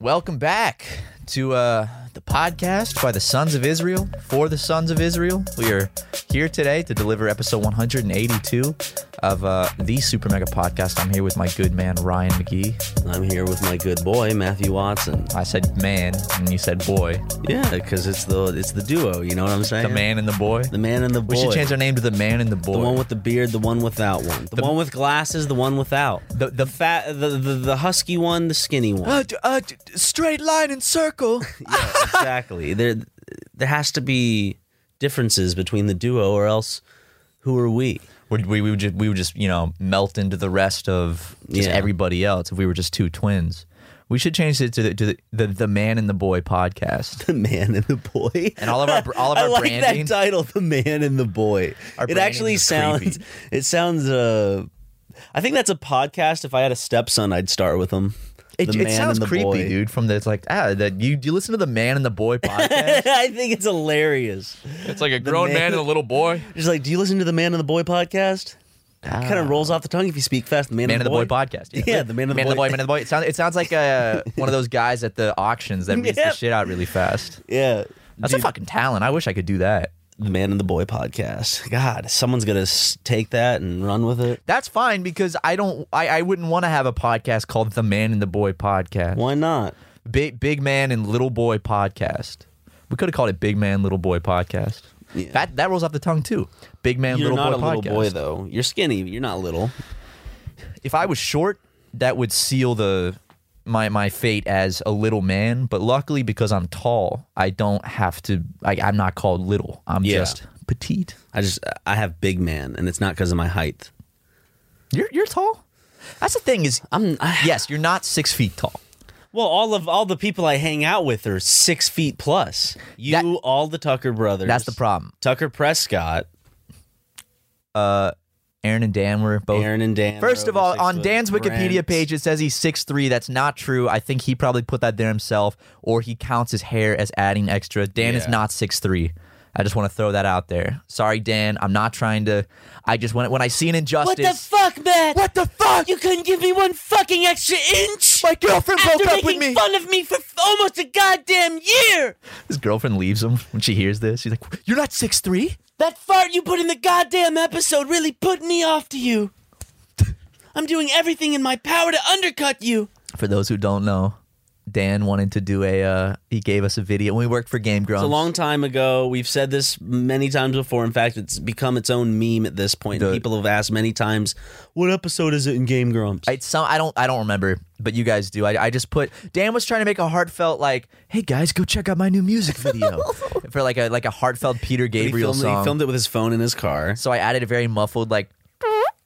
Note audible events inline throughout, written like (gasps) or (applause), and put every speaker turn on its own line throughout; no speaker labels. Welcome back to uh, the podcast by the Sons of Israel for the Sons of Israel. We are here today to deliver episode 182 of uh, the Super Mega Podcast. I'm here with my good man Ryan McGee.
I'm here with my good boy Matthew Watson.
I said man, and you said boy.
Yeah, because it's the it's the duo. You know what I'm saying?
The man and the boy.
the man and the boy.
We should change our name to the man and the boy.
the one with the beard, the one without one, the, one with glasses, the one without,
The- the-
fat, the, the the husky one, the skinny one.
Uh, d- uh, d- straight line and
(laughs)
circle.
yeah, (laughs) exactly. There there has to be differences between the duo, or else who are we? (laughs)
We'd- we, we would just we would just you know melt into the rest of just
Yeah.
everybody else if we were just two twins. We should change it to the to the, the, the man and the boy podcast.
The man and the boy.
And all of our all of
I
our
like
branding.
that title, "The Man and the Boy."
Our
it
branding
actually
is
sounds.
creepy.
It sounds. Uh, I think that's a podcast. If I had a stepson, I'd start with him.
it,
the
it
Man
sounds
and the
creepy,
Boy. (laughs)
dude. From the it's like ah, that you you listen to the man and the boy podcast.
I think it's hilarious.
it's like a
grown man man- and a
little boy.
Just like, do you listen to the Man and the Boy podcast? kind of rolls off the tongue if you speak fast. The Man,
Ah. Man and the boy podcast.
Yeah, the Man and the Boy.
man and the boy. It sounds it sounds like
(laughs)
uh, one of those guys at the auctions that reads the
Yep.
shit out really fast.
Yeah,
That's a
Dude,
fucking talent. I wish I could do that.
the Man and the Boy podcast. God, someone's gonna s- take that and run with it.
That's fine because I don't. I, I wouldn't want to have a podcast called the Man and the Boy podcast.
Why not?
Big Big Man and Little Boy podcast. We could have called it Big Man Little Boy podcast.
Yeah.
That that rolls off the tongue too. Big Man
You're
Little
not
Boy
a little
podcast.
boy though. You're skinny. You're not little.
If I was short, that would seal the my my fate as a little man. But luckily, because I'm tall, I don't have to. I, I'm not called little. I'm
Yeah.
just petite.
I just I have big man, and it's not because of my height.
You're you're tall. That's the thing is,
I'm (sighs) I,
yes, you're not six feet tall.
well. All of all the people I hang out with are six feet plus. You,
That-
all the Tucker brothers.
That's the problem.
Tucker Prescott,
Aaron and Dan were both
Aaron, and Dan.
Oh, First
are
of
over
all,
six
on
foot.
Dan's Wikipedia
Brent.
page, it says he's 6'3. That's not true. I think he probably put that there himself, or he counts his hair as adding extra. Dan is
Yeah.
not 6'3. I just want to throw that out there. Sorry, Dan. I'm not trying to. I just when when I see an injustice.
fuck, Matt?
What the fuck?
You couldn't give me one fucking extra inch.
My girlfriend broke up with me.
fun of me for almost a goddamn year.
His girlfriend leaves him when she hears this. She's like, "You're not 6'3?
That fart you put in the goddamn episode really put me off to you. I'm doing everything in my power to undercut you.
For those who don't know, Dan wanted to do a. Uh, he gave us a video when we worked for Game Grumps.
It's a long time ago. We've said this many times before. In fact, it's become its own meme at this point.
The-
People have asked many times, "What episode is it in Game Grumps?"
It's some I don't I don't remember, but you guys do. I, I just put Dan was trying to make a heartfelt like, hey guys, go check out my new music video (laughs) for like a like a heartfelt Peter
he,
Gabriel
filmed,
song.
he filmed it with his phone in his car.
so I added a very muffled like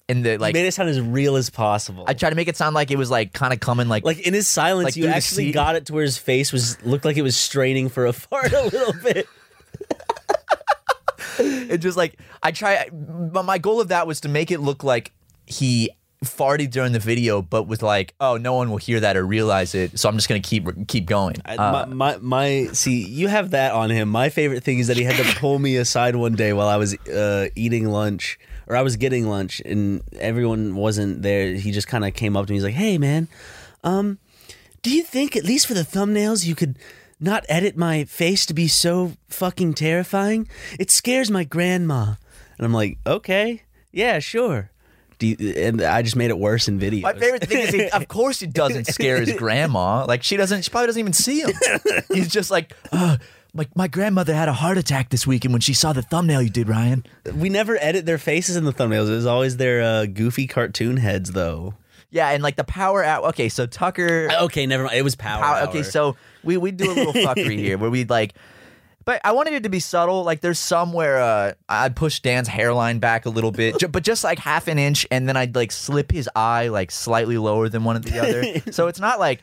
in the like
made it sound as real as possible.
I tried to make it sound like it was like kind of coming like,
like in his silence,
Like
you
through the
actually
seat.
got it to where his face was looked like it was straining for a (laughs) fart a little bit.
it just like I try but my goal of that was to make it look like he farted during the video but was like, oh, no one will hear that or realize it, so I'm just going to keep keep going.
I-
Uh,
my, my my see, you have that on him. My favorite thing is that he had to pull me aside one day while I was uh, eating lunch or I was getting lunch, and everyone wasn't there. He just kind of came up to me. He's like, "Hey, man, um, do you think at least for the thumbnails you could?" Not edit my face to be so fucking terrifying. It scares my grandma, and I'm like, okay, yeah, sure. Do you, and I just made it worse in video.
My favorite thing is, he, of course, he doesn't scare his grandma. Like she doesn't, she probably doesn't even see him. He's just like, oh, my my grandmother had a heart attack this week, and when she saw the thumbnail you did, Ryan,
We never edit their faces in the thumbnails. It was always their uh, goofy cartoon heads, though.
yeah, and like the power out. Okay, so Tucker,
Okay, never mind. It was power.
power, okay, so we we do a little fuckery here where we like. But I wanted it to be subtle. Like there's some where uh, I pushed Dan's hairline back a little bit, ju- but just like half an inch, and then I'd like slip his eye like slightly lower than one of the other. so it's not like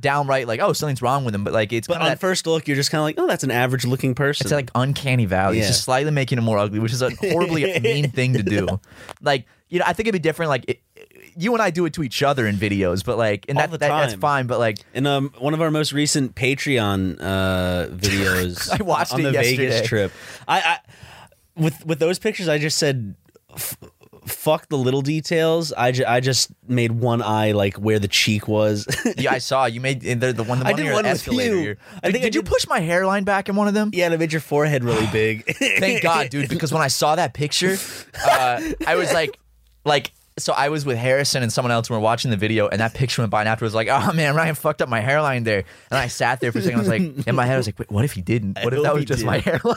downright like oh something's wrong with him, but like it's
but
kinda
on
that-
first look, you're just kind of like, oh, that's an average looking person.
It's like uncanny valley. It's
Yeah.
just slightly making it more ugly, which is a horribly
(laughs)
mean thing to do. Like, you know, I think it'd be different. Like, it, you and I do it to each other in videos, but like, and
All
that,
the
that that's
time.
fine. But like,
(laughs) in um, one of our most recent Patreon uh, videos,
(laughs) I watched
on
it
the
yesterday.
Vegas trip. I, I with with those pictures, I just said, "F- fuck the little details. I, ju- I just made one eye like where the cheek was. (laughs)
Yeah, I saw you made and they're the one. The
I
one
did
near
one
the
with
escalator.
you.
Did,
I think I
did you
did-
push my hairline back in one of them?
yeah, and it made your forehead
(gasps)
really big. (laughs)
Thank God, dude, because when I saw that picture, uh, I
(laughs)
was like, like. So I was with Harrison and someone else, and we are watching the video, and that picture went by, and afterwards, like, oh man, Ryan fucked up my hairline there. And I sat there for a second. I was like, in my head, I was like, wait, what if he didn't? What if
hope
that was
he
just my (laughs) hairline?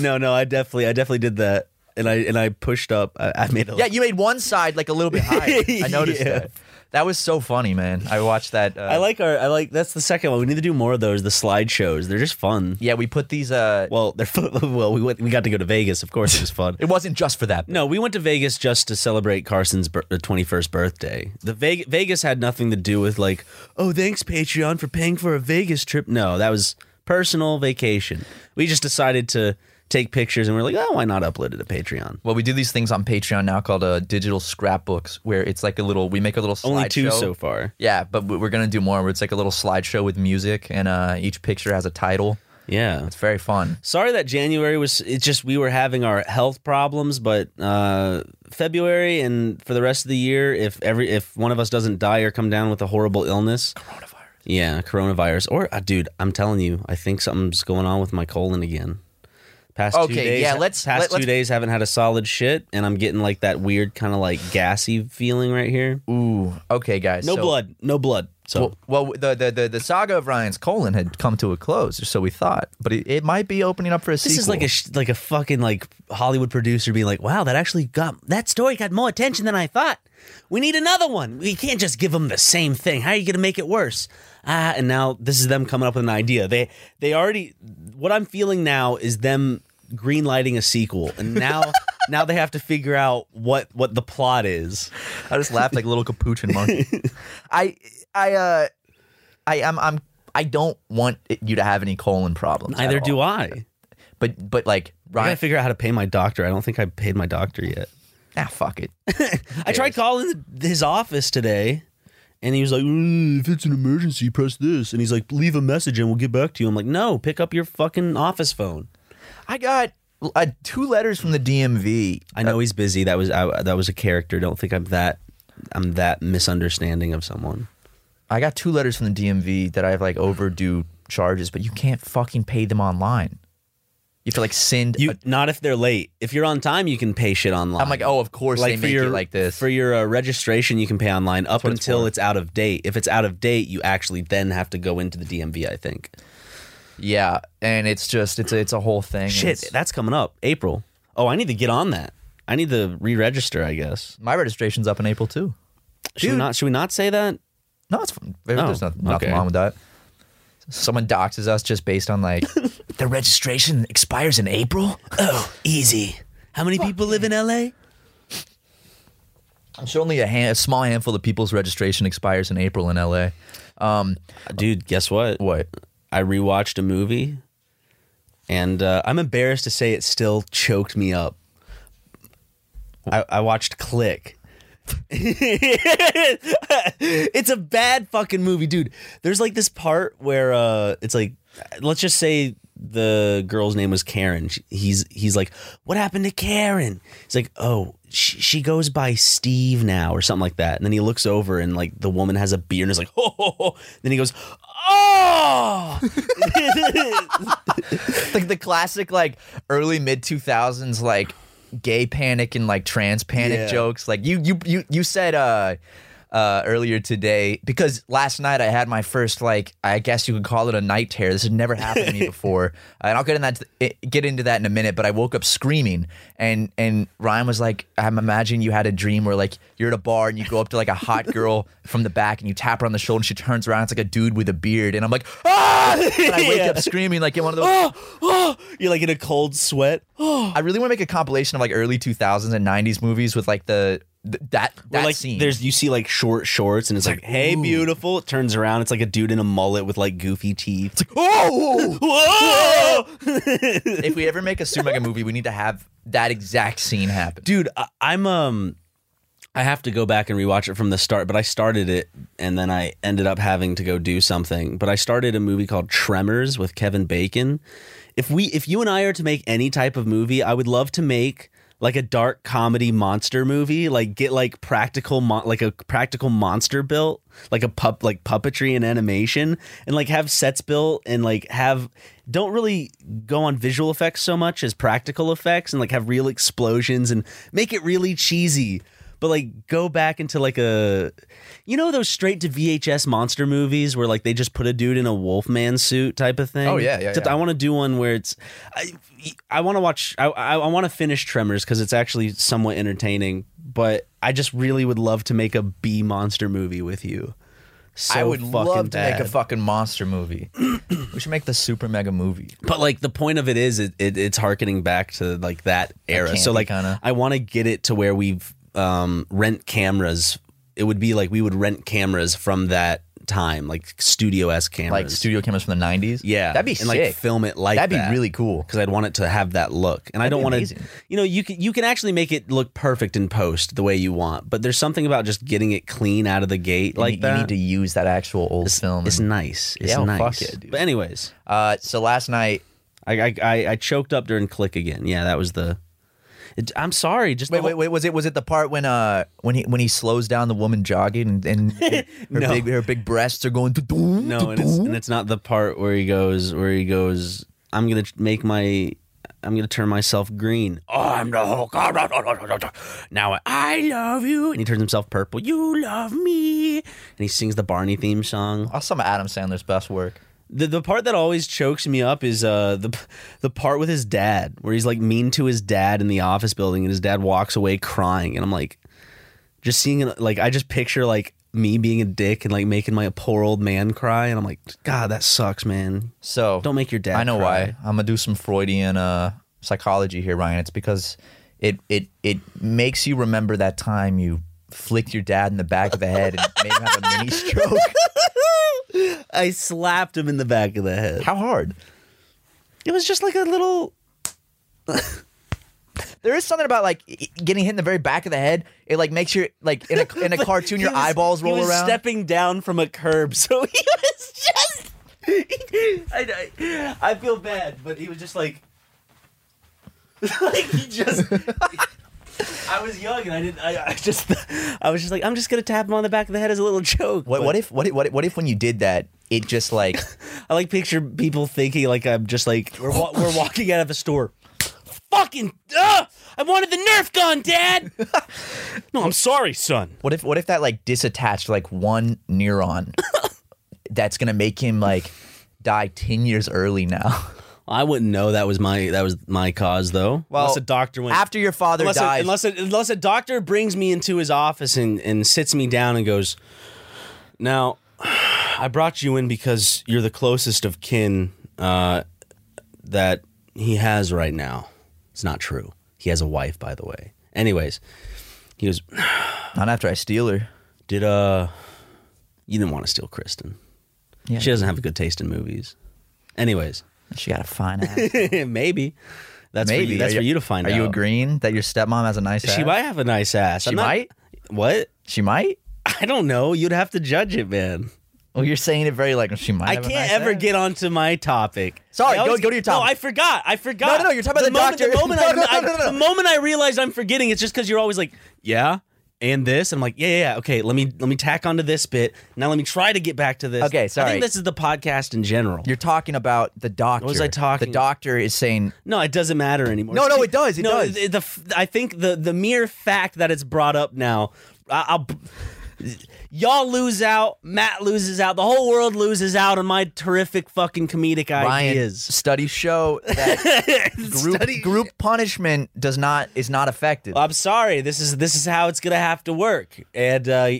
no, no, I definitely, I definitely did that, and I and I pushed up. I, I made a
yeah, you made one side like a little bit higher.
(laughs)
I noticed
Yeah.
that. That was so funny, man. I watched that. Uh,
I like our. I like that's the second one. We need to do more of those. The slideshows. They're just fun.
Yeah, we put these. Uh,
Well, they're fun. (laughs) well. We went. We got to go to Vegas. Of course, it was fun.
it wasn't just for that.
No, we went to Vegas just to celebrate Carson's twenty first birthday. The Ve- Vegas had nothing to do with like, oh, thanks Patreon for paying for a Vegas trip. No, that was personal vacation. We just decided to take pictures, and we are like, oh, why not upload it to Patreon?
Well, we do these things on Patreon now called uh, digital scrapbooks, where it's like a little. We make a little
Only two
slideshow.
so far.
Yeah, but we- we're gonna do more. Where it's like a little slideshow with music, and uh, each picture has a title.
Yeah.
It's very fun.
Sorry that January was. It's just we were having our health problems, but uh, February and for the rest of the year, if every if one of us doesn't die or come down with a horrible illness,
Coronavirus.
Yeah, coronavirus. Or, uh, dude, I'm telling you, I think something's going on with my colon again. Past two
Okay,
days,
yeah, let's-
past
let-
two
let's-
days haven't had a solid shit, and I'm getting like that weird kind of like gassy feeling right here.
Ooh. Okay, guys.
No
so-
blood, no blood. So
Well, well, the, the the the saga of Ryan's colon had come to a close, or so we thought. But it, it might be opening up for a
this is like a sh- like a fucking like Hollywood producer being like, wow, that actually got that story got more attention than I thought. We need another one. We can't just give them the same thing. How are you gonna make it worse? Ah, and now this is them coming up with an idea. They they already. What I'm feeling now is them green lighting a sequel, and (laughs) now now they have to figure out what what the plot is.
I just laughed like a little (laughs) capuchin monkey. I I uh I am I'm I don't want it- you to have any colon problems.
Neither do I.
But but like
I
Ryan,
gotta figure out how to pay my doctor. I don't think I paid my doctor yet.
ah fuck it.
I tried calling th- his office today, and he was like, "Uh, "If it's an emergency, press this." And he's like, "Leave a message, and we'll get back to you." I'm like, "No, pick up your fucking office phone."
I got uh, two letters from the DMV.
I know he's busy. That was I, that was a character. Don't think I'm that I'm that misunderstanding of someone.
I got two letters from the DMV that I have like overdue charges, but you can't fucking pay them online. You have to like send.
You
a-
not if they're late. If you're on time, you can pay shit online.
I'm like, oh, of course they make
your
it like this.
for your uh, registration, you can pay online up until it's out of date. If it's out of date, you actually then have to go into the DMV. I think.
yeah, and it's just it's a, it's a whole thing. and
Shit,
it's-
that's coming up April. Oh, I need to get on that. I need to re-register. I guess.
my registration's up in April too.
Should we not? Should we not say that?
No, it's fine. There-
Oh,
There's nothing, nothing
okay.
wrong with that. Someone doxes us just based on
(laughs)
like the registration expires in April. (laughs)
Oh, easy. How many people live in LA?
It's only a, hand, a small handful of people's registration expires in April in LA. Um,
Uh, Dude, guess what?
what?
I rewatched a movie, and uh, I'm embarrassed to say it still choked me up. I, I watched Click. (laughs) it's a bad fucking movie, dude. There's like this part where uh, it's like, let's just say the girl's name was Karen. She- He's he's like, what happened to Karen? He's like, oh, she, she goes by Steve now or something like that. And then he looks over and like the woman has a beard and is like, (laughs) oh, ho ho then he goes, oh.
(laughs) Like the classic like early mid two thousands like gay panic and like trans panic
Yeah.
jokes. Like you you you you said uh uh earlier today because last night I had my first like I guess you could call it a night terror. This had never happened
(laughs)
to me before, and I'll get in that it- get into that in a minute. But I woke up screaming, and and Ryan was like, "I'm imagining you had a dream where like you're at a bar and you go up to like a
(laughs)
hot girl from the back and you tap her on the shoulder and she turns around. It's like a dude with a beard, and I'm like,
(laughs)
ah! And I wake
Yeah.
up screaming like in one of those.
oh, oh, (laughs) you're like in a cold sweat. Oh,
I really want to make a compilation of like early 2000s and 90s movies with like the th- that that
Where, like
scene.
there's you see like short shorts and it's like, hey beautiful. It turns around, it's like a dude in a mullet with like goofy teeth. (laughs)
oh!
Whoa!
if we ever make a Sumega movie, we need to have that exact scene happen.
dude, I, I'm um I have to go back and rewatch it from the start, but I started it and then I ended up having to go do something. But I started a movie called Tremors with Kevin Bacon. If we if you and I are to make any type of movie, I would love to make like a dark comedy monster movie. Like get like practical mon- like a practical monster built, like a pup like puppetry and animation, and like have sets built and like have don't really go on visual effects so much as practical effects and like have real explosions and make it really cheesy but like go back into like a you know those straight to VHS monster movies where like they just put a dude in a wolfman suit type of thing.
Oh, yeah, yeah,
Except
yeah.
I want to do one where it's I I want to watch I I, I want to finish Tremors because it's actually somewhat entertaining, but I just really would love to make a B monster movie with you. So
I would
fucking
love to
bad.
make a fucking monster movie. we should make the super mega movie.
But like the point of it is, it, it it's harkening back to like that era. So
campy
like,
kinda.
I want to get it to where we um, rent cameras. It would be like we would rent cameras from that time, like studio s cameras,
Like studio cameras from the 90s.
yeah,
That'd be
and
sick.
like film it like
That'd be
that.
really cool.
because I'd want it to have that look, and I don't
be
want to.
amazing.
You know, you can you can actually make it look perfect in post the way you want, but there's something about just getting it clean out of the gate
You-
like
you,
that.
need to use that actual old film.
it's
and-
nice. It's
Yeah, well,
nice.
fuck yeah, dude.
But anyways,
uh, so last night,
I I, I, I choked up during click again. Yeah, that was the. It, I'm sorry. Just the
wait,
whole-
wait, wait, was it was it the part when uh when he when he slows down the woman jogging and,
(laughs)
and her
No.
big her big breasts are going to
No, and it's, and it's not the part where he goes where he goes. I'm gonna tr- make my. I'm gonna turn myself green. Oh, I'm the Hulk. Ah, rah, rah, rah, rah, rah. Now I- I love you, and he turns himself purple. You love me, and he sings the Barney theme song.
some of Adam Sandler's best work.
The, the part that always chokes me up is uh the (laughs) the part with his dad where he's like mean to his dad in the office building and his dad walks away crying and I'm like just seeing it like I just picture like me being a dick and like making my poor old man cry and I'm like god that sucks man
So
don't make your dad
I know
cry.
why. I'm gonna do some Freudian uh, psychology here, Ryan. It's because it it it makes you remember that time you flicked your dad in the back of the head and made him have a mini
(laughs)
stroke.
I slapped him in the back of the head
How hard?
it was just like a little
There is something about like i- getting hit in the very back of the head. It like makes your like in a
(laughs)
in a cartoon
He
your
was-
eyeballs
he
roll
was
around.
stepping down from a curb (laughs) so he was just I, I, I feel bad but he was just like (laughs) like he just (laughs) I was young and I didn't I, I just I was just like I'm just gonna tap him on the back of the head as a little joke
what
but
what if what if, what if, what if when you did that it just like
I like picture people thinking like I'm just like we're, wa-
(laughs)
we're walking out of a store fucking ugh, I wanted the Nerf
(laughs)
gun dad no I'm sorry son
what if what if that like disattached like one neuron (coughs) that's gonna make him like die ten years early now.
I wouldn't know that was my that was my cause though.
Well,
unless a doctor went
after your father
unless
dies.
A, unless a, unless a doctor brings me into his office and and sits me down and goes, now I brought you in because you're the closest of kin uh, that he has right now. It's not true. He has a wife, by the way. Anyways, he goes,
Not after I steal her.
did uh, you didn't want to steal Kristen?
Yeah.
She doesn't have a good taste in movies. Anyways.
She got a fine
(laughs)
ass.
Maybe. That's For
Maybe
you, that's
Are
for you to find
Are
out.
you agreeing that your stepmom has a nice ass?
She might have a nice ass.
She
I'm not-
might?
What?
She might.
I don't know. You'd have to judge it, man.
Well, you're saying it very like she might.
I
have a
can't
nice
ever
ass.
get onto my topic.
Sorry,
I always-
go- go to your topic.
No, I forgot. I forgot.
No, no, no, you're talking about the
moment,
doctor.
The moment, (laughs)
No,
I,
no, no,
I-
no, no.
the moment I realize I'm forgetting, it's just because you're always like, yeah, and this. And I'm like, yeah, yeah, yeah. Okay, let me let me tack onto this bit. Now let me try to get back to this.
Okay,
I
sorry.
think this is the podcast in general.
You're talking about the doctor.
was I talking
The
about?
doctor is saying
No, it doesn't matter anymore.
No, no, it does, it
no,
does.
The, the- I think the the mere fact that it's brought up now, I, I'll. Y'all lose out. Matt loses out. The whole world loses out on my terrific fucking comedic
Ryan
ideas.
studies show that group
(laughs) Study- Uh,
group punishment does not is not effective.
I'm sorry. This is this is how it's gonna have to work. And uh,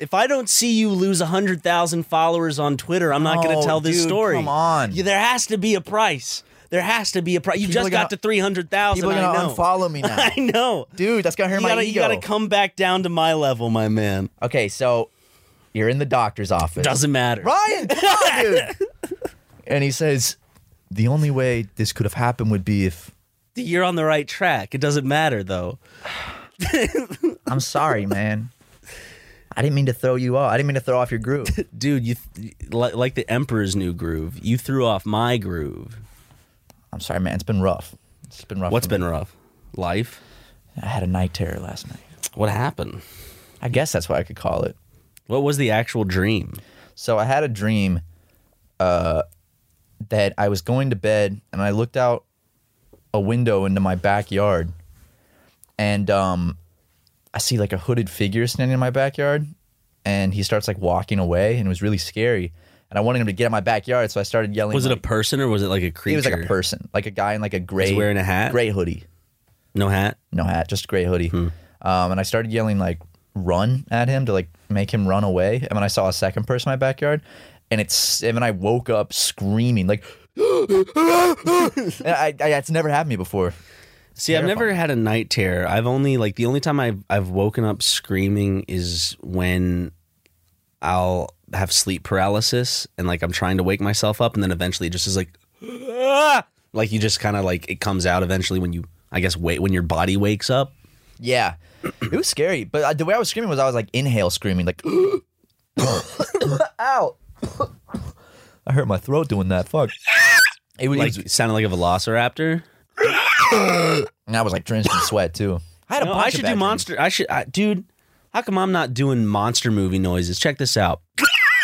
if I don't see you lose hundred thousand followers on Twitter, I'm not
No,
gonna tell this
Oh, dude,
story.
come on.
You- there has to be a price. There has to be a price. You
People are
just
gonna-
got to three hundred thousand.
People are
I
gonna
know.
unfollow me now.
(laughs) I know.
Dude, that's gonna hurt
you
my
gotta,
ego.
you gotta come back down to my level, my man.
okay, so you're in the doctor's office.
Doesn't matter.
Ryan, come
(laughs)
on, dude. and he says, the only way this could have happened would be if
You're on the right track. It doesn't matter though.
I'm sorry, man. I didn't mean to throw you off. I didn't mean to throw off your groove.
Dude, you th- li- like the Emperor's new groove. You threw off my groove.
I'm sorry, man. It's been rough. It's been rough.
What's
for me.
been rough? Life.
I had a night terror last night.
What happened?
I guess that's what I could call it.
What was the actual dream?
So I had a dream uh, that I was going to bed and I looked out a window into my backyard and um, I see like a hooded figure standing in my backyard and he starts like walking away and it was really scary. And I wanted him to get in my backyard, so I started yelling.
Was it a
like-
person or was it like a creature?
He was like a person, like a guy in like a gray
he wearing a hat?
gray hoodie,
No hat.
no hat, just a gray hoodie.
Hmm.
Um, and I started yelling like "run" at him to like make him run away. And then I saw a second person in my backyard, and it's and then I woke up screaming like. And I, I, it's never happened to me before.
See, I've never had a night terror. I've only like the only time I've I've woken up screaming is when I'll have sleep paralysis and like I'm trying to wake myself up and then eventually it just is like (laughs) "Ah!" like you just kind of like it comes out eventually when you I guess wait when your body wakes up.
Yeah, it was scary. But I, the way I was screaming was I was like inhale screaming like, ow! I hurt my throat doing that. Fuck. It was, it
Like
was-
it sounded like a velociraptor.
and I was like drenched in sweat too. I had a
No,
bunch
I
of
should
bad
do
dreams.
monster. I should, I, dude. How come I'm not doing monster movie noises? Check this out.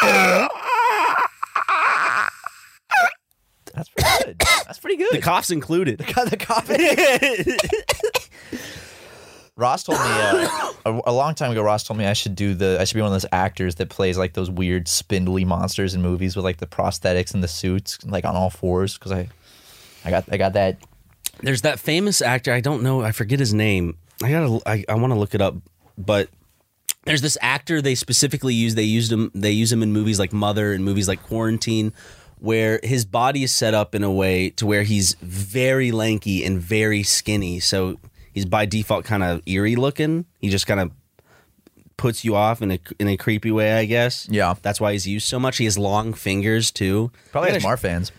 That's pretty good. That's pretty good.
The coughs included.
the coffee. (laughs) Ross told me uh, a, a long time ago. Ross told me I should do the. I should be one of those actors that plays like those weird spindly monsters in movies with like the prosthetics and the suits, like on all fours. Because I, I got I got that.
there's that famous actor i don't know i forget his name i gotta i, I want to look it up but there's this actor they specifically use they used him they use him in movies like mother and movies like quarantine where his body is set up in a way to where he's very lanky and very skinny so he's by default kind of eerie looking he just kind of puts you off in a in a creepy way i guess
Yeah.
that's why he's used so much he has long fingers too
Probably
I
has
gotta-
Marfan's.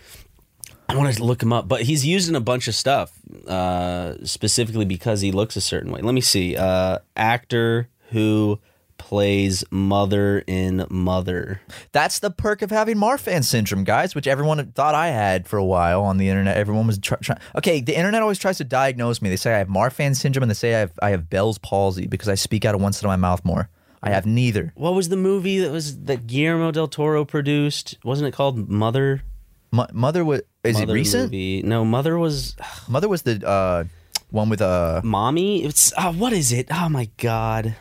I want to look him up, but he's used in a bunch of stuff, uh, specifically because he looks a certain way. Let me see. Uh, actor who plays mother in Mother.
That's the perk of having Marfan syndrome, guys, which everyone thought I had for a while on the internet. Everyone was trying. okay, the internet always tries to diagnose me. They say I have Marfan syndrome and they say I have I have Bell's palsy because I speak out of one side of my mouth more. I have neither.
What was the movie that was that Guillermo del Toro produced? Wasn't it called Mother?
Mo- Mother was is
Mother
it recent?
Movie. No, Mother was
Mother was the uh, one with a
Mommy. It's uh, what is it? Oh my god.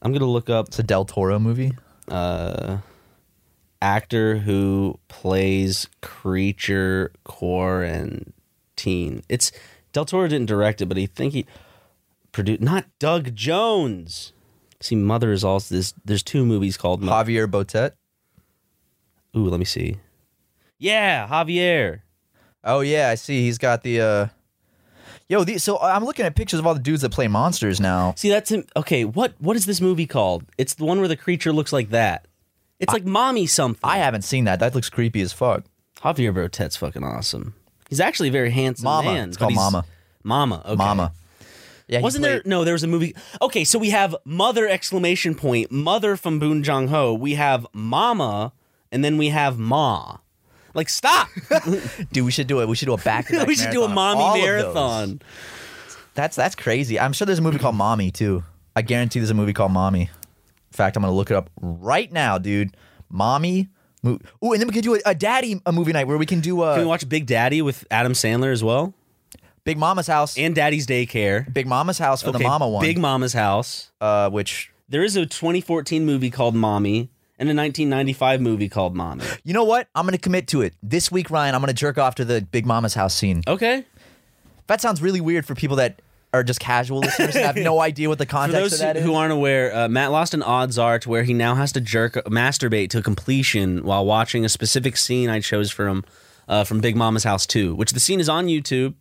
I'm gonna look up
it's a Del Toro movie.
uh, actor who plays creature quarantine. It's Del Toro didn't direct it, but he think he produced not Doug Jones. See, Mother is also this. There's two movies called. Mo-
Javier Botet.
Ooh, let me see. Yeah, Javier.
Oh yeah, I see. He's got the uh, yo. The, so I'm looking at pictures of all the dudes that play monsters now.
See, that's him. Okay, what what is this movie called? It's the one where the creature looks like that. It's like mommy something.
I haven't seen that. That looks creepy as fuck.
Javier Botet's fucking awesome. He's actually a very handsome
Mama.
man.
It's
but
called
he's-
Mama.
Mama. Okay.
Mama. Yeah, he
Wasn't there?
played-
No, there was a movie. Okay, so we have Mother exclamation point Mother from Boon Jong Ho. We have Mama, and then we have Ma. Like
(laughs)
stop!
Dude, we should do it. We should do a back.
(laughs) we should do a mommy marathon.
That's that's crazy. I'm sure there's a movie called Mommy too. I guarantee there's a movie called Mommy. In fact, I'm gonna look it up right now, dude. Mommy. Mo- Ooh, and then we could do a, a daddy a movie night where we can do uh,
Can we watch Big Daddy with Adam Sandler as well,
Big Mama's house.
and Daddy's Daycare.
Big Mama's house for
Okay,
the Mama one.
Big Mama's House.
uh, which
There is a 2014 movie called Mommy and a 1995 movie called Mommy.
you know what? I'm gonna commit to it this week, Ryan. I'm gonna jerk off to the Big Mama's house scene.
Okay.
That sounds really weird for people that are just
(laughs)
casual listeners and have no idea what the
For
context
those
of that is.
who aren't aware, uh, Matt lost an odds are to where he now has to jerk masturbate to completion while watching a specific scene I chose from uh, from Big Mama's House 2, which the scene is on YouTube.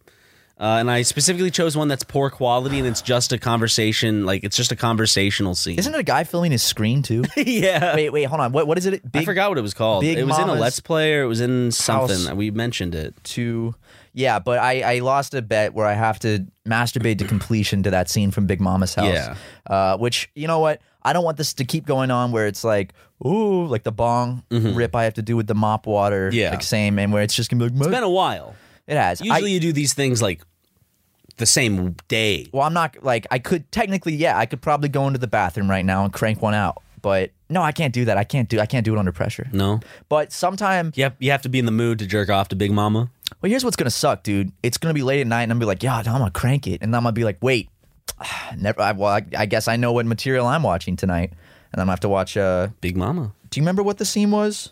Uh, and I specifically chose one that's poor quality and it's just a conversation, like it's just a conversational scene.
Isn't it a guy filling his screen too?
(laughs) yeah.
wait, wait, hold on. What what is it?
I
Big
forgot what it was called.
Big
it was in a
Mama's
Let's Play or it was in something.
House.
We mentioned it.
to yeah but I, I lost a bet where i have to masturbate to completion to that scene from big mama's house
Yeah.
uh, which you know what i don't want this to keep going on where it's like ooh like the bong rip i have to do with the mop water
Mm-hmm. Yeah.
like same and where it's just gonna be like
It's been a while.
it has I-
Usually you do these things like the same day.
Well, I'm not like I could technically, yeah, I could probably go into the bathroom right now and crank one out. But no, I can't do that. I can't do I can't do it under pressure.
No,
But sometime,
you have, you have to be in the mood to jerk off to Big Mama.
well, here's what's gonna suck, dude. It's gonna be late at night, and I'm gonna be like, yeah, I'm gonna crank it, and I'm gonna be like, wait, (sighs) never. I, well, I, I guess I know what material I'm watching tonight, and I'm gonna have to watch. Uh,
Big Mama.
do you remember what the scene was?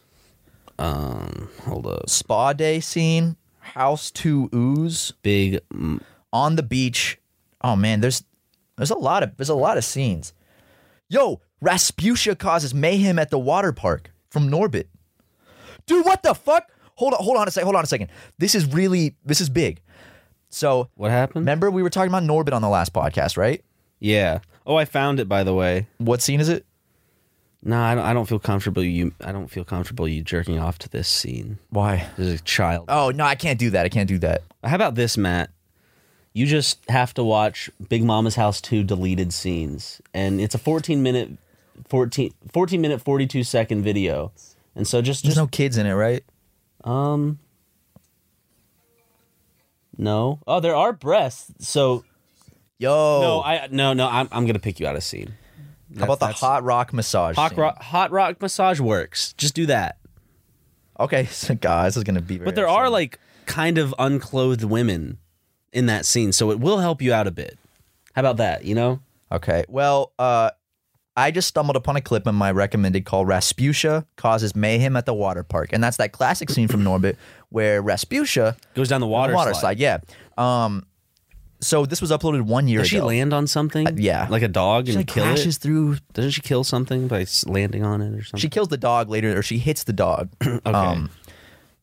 Um, hold up.
Spa day scene, house to ooze
Big. M-
on the beach. Oh man, there's there's a lot of there's a lot of scenes. Yo, Rasputia causes mayhem at the water park from Norbit. Dude, what the fuck? Hold on, hold on a second. Hold on a second. This is really this is big. So
What happened?
remember we were talking about Norbit on the last podcast, right?
yeah. Oh, I found it by the way.
What scene is it?
No, I don't. I don't feel comfortable. You. I don't feel comfortable you jerking off to this scene.
Why?
There's a child.
Oh no, I can't do that. I can't do that.
How about this, Matt? You just have to watch Big Mama's House 2 deleted scenes. And it's a 14 minute 14, 14 minute 42 second video. And so just
There's
just
no kids in it, right?
um No. Oh, there are breasts. So
Yo,
no, I no, no, I'm I'm going to pick you out a scene.
how about the hot rock massage?
hot
scene?
rock, hot rock massage works. Just do that.
Okay, (laughs) so God, this is gonna be.
But there are like kind of unclothed women in that scene, so it will help you out a bit. How about that, you know?
Okay. Well, uh, I just stumbled upon a clip in my recommended called Rasputia Causes Mayhem at the Water Park. And that's that classic scene from Norbit where Rasputia,
Goes down the water,
water
slide.
slide, yeah. Um, so this was uploaded one year
Does she
ago.
land on something?
yeah.
Uh, like a dog
She,
and
like,
kill
crashes
it.
through.
Doesn't she kill something by s- landing on it or something?
She kills the dog later, or she hits the dog. okay.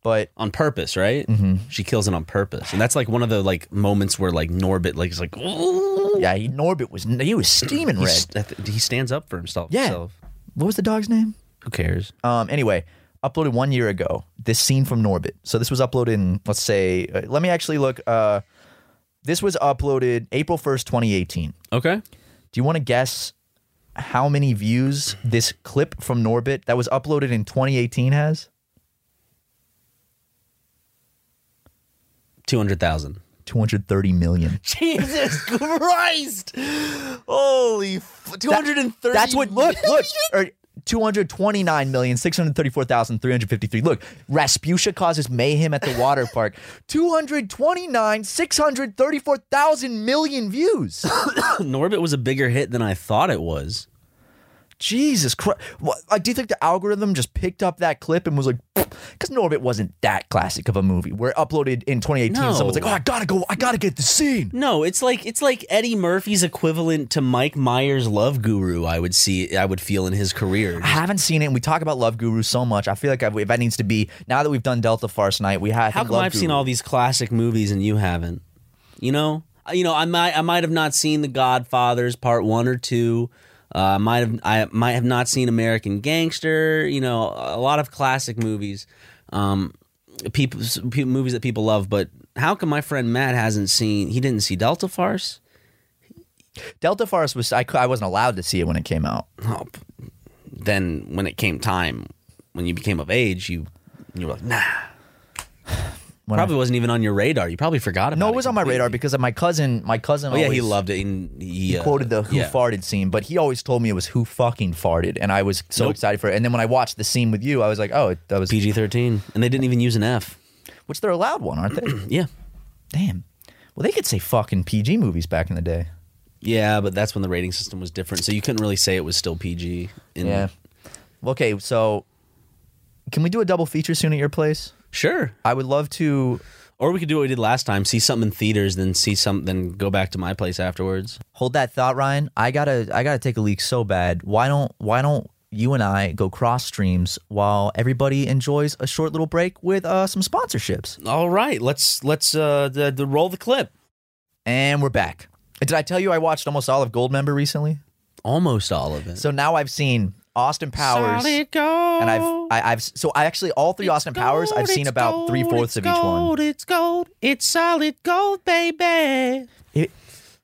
but
on purpose, right? She kills it on purpose, and that's like one of the like moments where like Norbit like is like, "Ooh."
yeah, he, Norbit was he was steaming
He
red.
s- that- he stands up for himself.
Yeah.
himself.
What was the dog's name?
who cares?
Um, anyway, uploaded one year ago. This scene from Norbit. So this was uploaded in, let's say, uh, let me actually look. Uh, this was uploaded April 1st, 2018.
Okay,
Do you want to guess how many views this clip from Norbit that was uploaded in 2018 has?
two hundred thousand.
230 million.
Jesus (laughs) Christ! Holy, f- two hundred and thirty.
That's what, look, look. er, Or, 229,634,353. Look, Rasputia causes mayhem at the
(laughs)
water park. 229,634,000 million
(gasps)
views.
Norbit was a bigger hit than I thought it was.
Jesus Christ. What, like, do you think the algorithm just picked up that clip and was like, because Norbit wasn't that classic of a movie. Where it uploaded in 2018,
No.
someone's like, oh, I gotta go, I gotta get the scene.
No, it's like it's like Eddie Murphy's equivalent to Mike Myers' Love Guru. I would see, I would feel in his career.
I haven't seen it, and we talk about Love Guru so much. I feel like I've, that needs to be, now that we've done Delta Farce Night, we have.
How come I've seen all these classic movies and you haven't? You know, Uh, you know, I might, I might have not seen The Godfather's Part One or Two. Uh, I might have, I might have not seen American Gangster. You know, a lot of classic movies, um, people, s- pe- movies that people love. But how come my friend Matt hasn't seen? He didn't see Delta Farce.
Delta Farce was, I, cou- I wasn't allowed to see it when it came out.
Oh, p- then when it came time, when you became of age, you you were like, nah.
(sighs) When I-
probably wasn't even on your radar. You probably forgot about it.
No, it was on my
completely.
radar because of my cousin, my cousin.
Oh yeah, he
always-
loved it. And he, uh,
quoted the who
yeah.
farted scene, but he always told me it was who fucking farted, and I was so
Nope.
excited for it. And then when I watched the scene with you, I was like, oh, it- that was
PG thirteen, and they didn't even use an F. (clears throat)
which they're allowed one, aren't they?
Yeah,
Damn. Well, they could say fucking PG movies back in the day.
yeah, but that's when the rating system was different, so you couldn't really say it was still PG. In,
Well, Okay, so can we do a double feature soon at your place?
sure.
I would love to.
Or we could do what we did last time: see something in theaters, then see some, then go back to my place afterwards.
Hold that thought, Ryan. I gotta, I gotta take a leak so bad. Why don't, why don't you and I go cross streams while everybody enjoys a short little break with uh, some sponsorships?
All right, let's let's uh the, the roll the clip.
And we're back. Did I tell you I watched almost all of Goldmember recently?
Almost all of it.
So now I've seen Austin Powers,
Solid
and I've
gold.
I, I've so I actually all three Austin Powers I've seen about three fourths of each one.
It's gold. It's solid gold, baby.
It,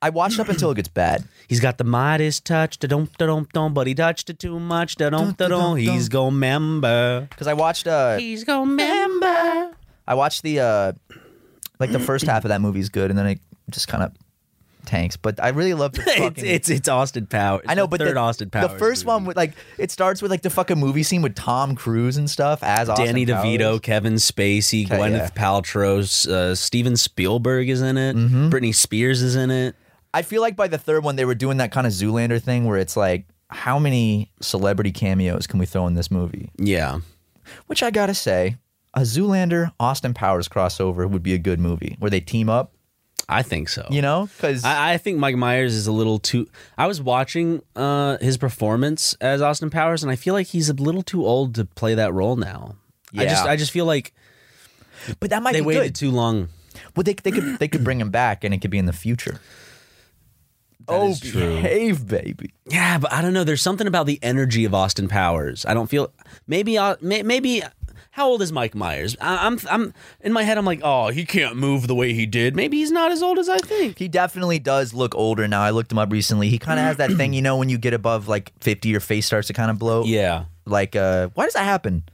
I watched up until it gets bad.
He's got the Midas touch, da dum da dum dum, but he touched it too much, da dum da dum. He's gonna member.
Cause I watched uh
He's gonna member.
I watched the uh like the first half of that movie's good, and then it just kind of tanks, but I really love the
(laughs)
(laughs)
it's,
fucking.
it's it's Austin Powers.
I know, but
third
the,
Austin
the
Powers.
first one
movie.
with like it starts with like the fucking movie scene with Tom Cruise and stuff as Austin
Danny DeVito,
Powers.
Kevin Spacey,
Okay, yeah.
Gwyneth Paltrow, uh, Steven Spielberg is in it.
Mm-hmm.
Britney Spears is in it.
I feel like by the third one they were doing that kind of Zoolander thing where it's like, how many celebrity cameos can we throw in this movie?
Yeah,
Which I gotta say, a Zoolander Austin Powers crossover would be a good movie where they team up.
I think so.
You know, because
I, I think Mike Myers is a little too. I was watching uh, his performance as Austin Powers, and I feel like he's a little too old to play that role now. I just
Yeah.
I just feel like
but that might
they
be
waited
good.
too long.
Well, they they could they could bring him back and it could be in the future. oh,
is true.
behave, baby.
Yeah, but I don't know. There's something about the energy of Austin Powers. I don't feel maybe I may, maybe how old is Mike Myers? I, I'm I'm in my head. I'm like, oh, he can't move the way he did. Maybe he's not as old as I think.
He definitely does look older now. I looked him up recently. He kind of has that thing, you know, when you get above like 50, your face starts to kind of blow.
Yeah,
Like, uh, why does that happen?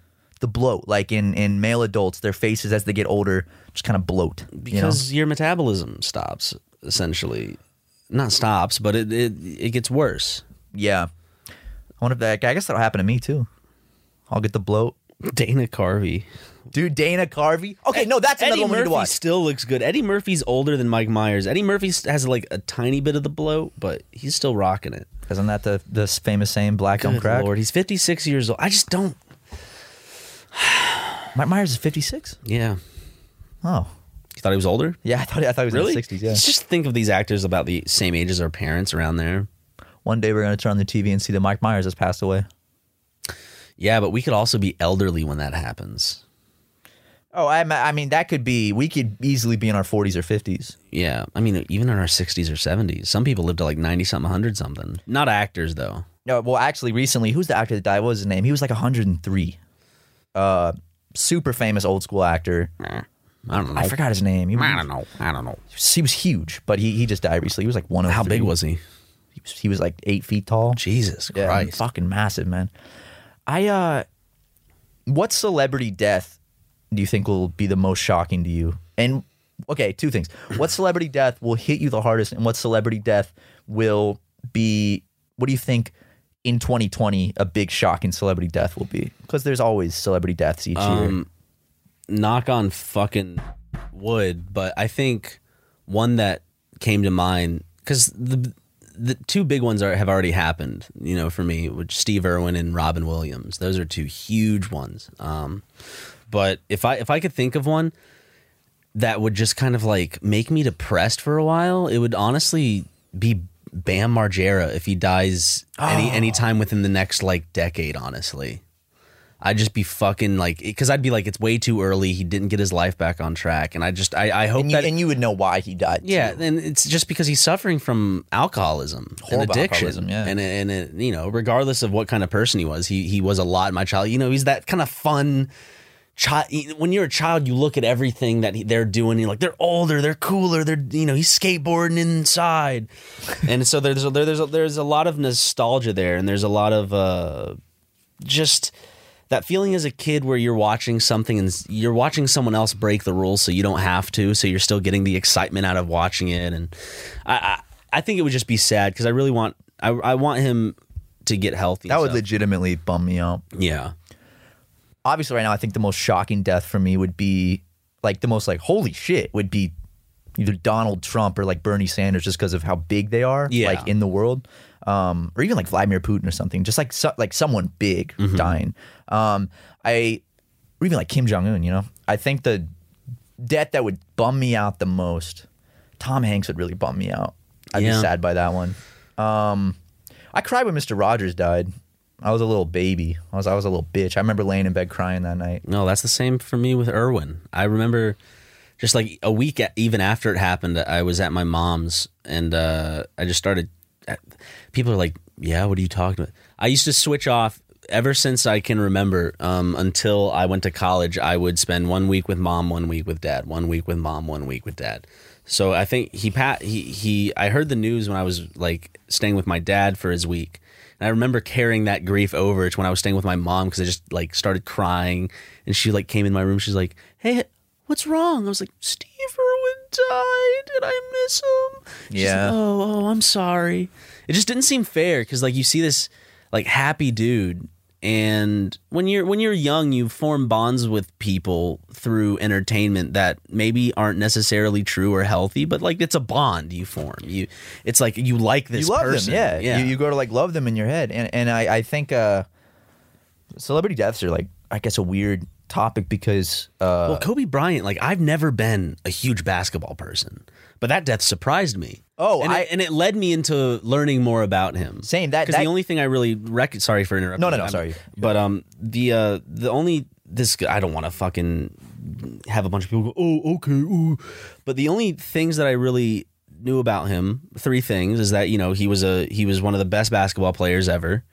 The bloat, like in in male adults, their faces as they get older just kind of bloat. you know?
because your metabolism stops essentially, not stops, but it it, it gets worse.
yeah. I wonder if that. I guess that'll happen to me too. I'll get the bloat.
Dana Carvey.
Dude, Dana Carvey. Okay, no, that's another
Eddie
one we need
Murphy
to watch.
still looks good. Eddie Murphy's older than Mike Myers. Eddie Murphy s- has like a tiny bit of the bloat, but he's still rocking it.
Isn't that the the famous saying, black on
Good
crack?
lord, he's 56 years old. I just don't.
Mike Myers is 56?
Yeah.
Oh.
You thought he was older?
Yeah, I thought, I thought he was
Really?
in the 60s,
(laughs)
yeah.
Just think of these actors about the same age as our parents around there.
One day we're going to turn on the TV and see that Mike Myers has passed away.
Yeah, but we could also be elderly when that happens.
Oh, I, I mean, that could be, we could easily be in our 40s or 50s.
Yeah. I mean, even in our 60s or 70s, some people live to like 90 something, 100 something. Not actors, though.
No, well, actually, recently, who's the actor that died? What was his name? He was like 103. Uh, super famous old school actor.
Eh, I don't know.
I forgot his name. He,
I don't know. I don't know.
was- he was huge, but he, he just died recently. He was like 103.
How big was he?
he? was- He was like eight feet tall.
Jesus
Yeah,
Christ.
fucking massive, man. I uh what celebrity death do you think will be the most shocking to you? And okay, two things. What celebrity death will hit you the hardest and what celebrity death will be what do you think in 2020 a big shocking celebrity death will be? Cuz there's always celebrity deaths each
Um,
year.
knock on fucking wood, but I think one that came to mind because the the two big ones are have already happened. You know, for me, which Steve Irwin and Robin Williams. Those are two huge ones. Um, but if I if I could think of one that would just kind of like make me depressed for a while, it would honestly be. Bam Margera, if he dies
Ah.
any any time within the next like decade, honestly, I'd just be fucking like, because I'd be like, it's way too early. He didn't get his life back on track, and I just, I, I hope
And you,
that,
and you would know why he died.
yeah,
too.
and it's just because he's suffering from alcoholism
Horrible
and addiction,
alcoholism, yeah.
and it- and it, you know, regardless of what kind of person he was, he he was a lot in my child. You know, he's that kind of fun. Child, when you're a child, you look at everything that he, they're doing. You're like, they're older, they're cooler, they're you know, he's skateboarding inside, and so there's a, there, there's a, there's a lot of nostalgia there, and there's a lot of uh, just that feeling as a kid where you're watching something and s- you're watching someone else break the rules so you don't have to so you're still getting the excitement out of watching it and i i, I think it would just be sad because i really want I, I want him to get healthy
That
and
would
stuff.
legitimately bum me out.
yeah
obviously right now I think the most shocking death for me would be like the most like holy shit would be either Donald Trump or like Bernie Sanders just because of how big they are
Yeah.
like in the world um or even like Vladimir Putin or something just like so, like someone big
Mm-hmm.
dying um I or even like Kim Jong Un you know I think the death that would bum me out the most Tom Hanks would really bum me out I'd
Yeah.
be sad by that one I cried when Mr. Rogers died I was a little baby I was I was a little bitch I remember laying in bed crying that night
no that's the same for me with irwin i remember just like a week a- even after it happened i was at my mom's and uh i just started uh, people are like yeah what are you talking about i used to switch off ever since i can remember um until i went to college i would spend one week with mom one week with dad one week with mom one week with dad so i think he pat he he i heard the news when i was like staying with my dad for his week and I remember carrying that grief over to when I was staying with my mom because I just like started crying, and she like came in my room. She's like, "Hey, what's wrong?" I was like, "Steve Irwin died and I miss him. She's like,
Yeah.
oh, oh, I'm sorry. It just didn't seem fair because like you see this like happy dude, and when you're when you're young, you form bonds with people through entertainment that maybe aren't necessarily true or healthy, but like it's a bond you form. You, it's like you like this
you love
person.
them, yeah. You, you go to like love them in your head, and and I I think uh, celebrity deaths are like I guess a weird topic because uh,
Well, Kobe Bryant, like I've never been a huge basketball person, but that death surprised me.
Oh,
and,
I-
it, and it led me into learning more about him.
Same, that-
because the
that-
only thing I really rec- sorry for interrupting.
No, no,
you.
no,
I'm-
sorry.
But um, the uh, the only this I don't want to fucking have a bunch of people go, oh, okay, ooh. But the only things that I really knew about him, three things, is that you know he was a he was one of the best basketball players ever.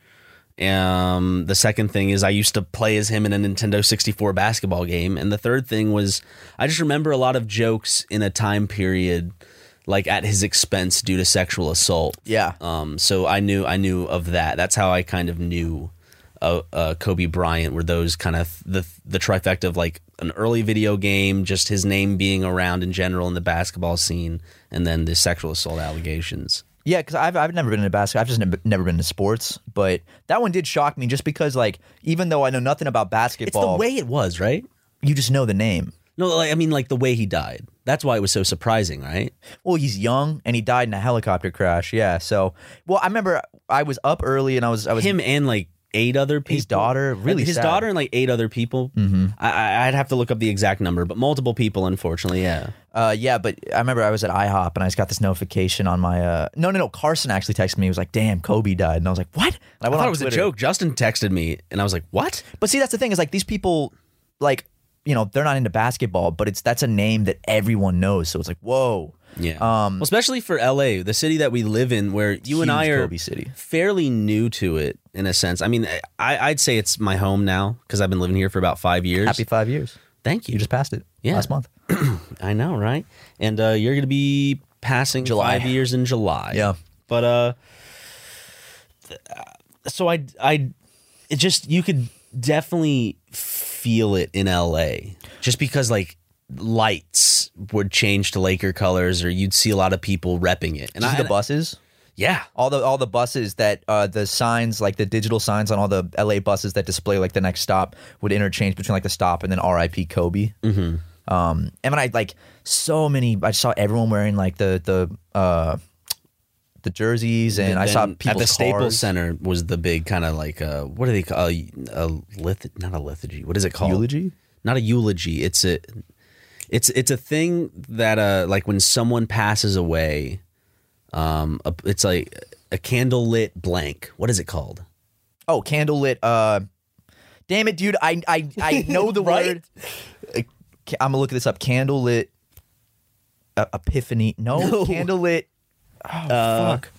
Um, the second thing is I used to play as him in a Nintendo 64 basketball game, and the third thing was I just remember a lot of jokes in a time period like at his expense due to sexual assault.
yeah,
Um, so I knew I knew of that. That's how I kind of knew uh, uh, Kobe Bryant were those kind of the the trifecta of like an early video game, just his name being around in general in the basketball scene, and then the sexual assault allegations.
Yeah, because I've, I've never been into basketball. I've just never, never been into sports. But that one did shock me just because, like, even though I know nothing about
It's
basketball,
the way it was, right?
you just know the name.
No, like, I mean like the way he died. That's why it was so surprising, right?
Well, he's young and he died in a helicopter crash. Yeah. So, well, I remember I was up early and I was, I was,
Him and like eight other people.
daughter, really
his
sad.
daughter and like eight other people. Mm-hmm. I, I, I'd have to look up the exact number, but multiple people, unfortunately. Yeah.
uh, yeah. But I remember I was at IHOP and I just got this notification on my, uh, no, no, no. Carson actually texted me. He was like, "Damn, Kobe died," and I was like, "What?" And I,
I
went
thought
on
it was a
Twitter.
joke. Justin texted me, and I was like, "What?"
But see, that's the thing is like these people, like you know, they're not into basketball, but it's that's a name that everyone knows. So it's like, whoa.
Yeah.
Um,
Well, especially for LA, the city that we live in, where you
huge
and I are
Kobe city.
fairly new to it in a sense. I mean, I, I'd say it's my home now because I've been living here for about five years.
Happy five years.
Thank you.
You just passed it
Yeah.
last month.
I know, right? And uh, you're going to be passing
July.
five years in July.
Yeah.
But uh, th- uh, so I, I, it just you could definitely feel it in L.A. Just because like lights would change to Laker colors, or you'd see a lot of people repping it. And
Did you
I,
see the buses?
yeah,
All the all the buses that uh, the signs like the digital signs on all the LA buses that display like the next stop would interchange between like the stop and then R.I.P. Kobe. Mm-hmm. Um, and when I like so many, I saw everyone wearing like the the uh, the jerseys, and I saw
then
people
at the Staples Center was the big kind of like uh, what do they call a, a lith- not a lithogy? What is it called?
Eulogy?
Not a eulogy. It's a it's it's a thing that uh like when someone passes away, um, a, it's like a candlelit blank. What is it called?
Oh, candlelit. Uh, damn it, dude. I I, I know
(laughs)
the
Right?
word. Uh, ca- I'm gonna look this up. Candlelit uh, epiphany. No,
(laughs) No. Uh,
candlelit. Oh fuck!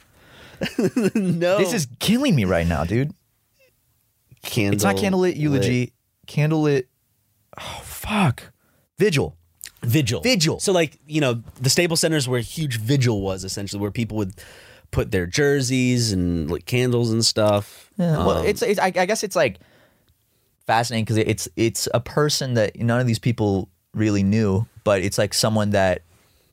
no,
This is killing me right now, dude.
candle.
It's not candlelit eulogy. Candlelit. Oh fuck! Vigil.
vigil
Vigil.
so like you know the Staples Center is where a huge vigil was essentially where people would put their jerseys and like candles and stuff
well,
Um,
it's, it's I, I guess it's like fascinating because it's it's a person that none of these people really knew, but it's like someone that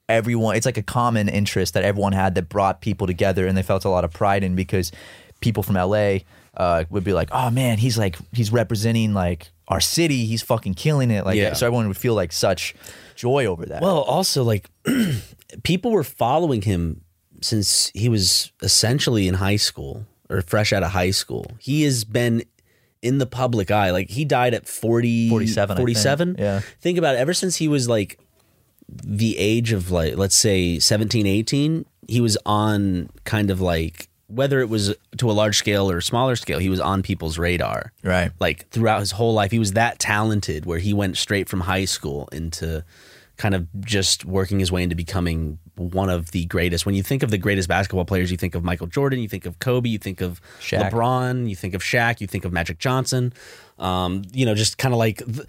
everyone it's like a common interest that everyone had that brought people together and they felt a lot of pride in because people from LA uh, would be like, oh man, he's like he's representing like our city, he's fucking killing it, like
Yeah.
so everyone would feel like such joy over that.
Well, also like (clears throat) people were following him since he was essentially in high school or fresh out of high school. He has been in the public eye. Like he died at 40
47, I think.
47.
Yeah.
Think about it ever since he was like the age of like let's say 17 18, he was on kind of like whether it was to a large scale or smaller scale, he was on people's radar
right.
like throughout his whole life he was that talented where he went straight from high school into kind of just working his way into becoming one of the greatest when you think of the greatest basketball players you think of Michael Jordan you think of Kobe you think of
Shaq.
LeBron you think of Shaq you think of Magic Johnson um, you know just kind of like the,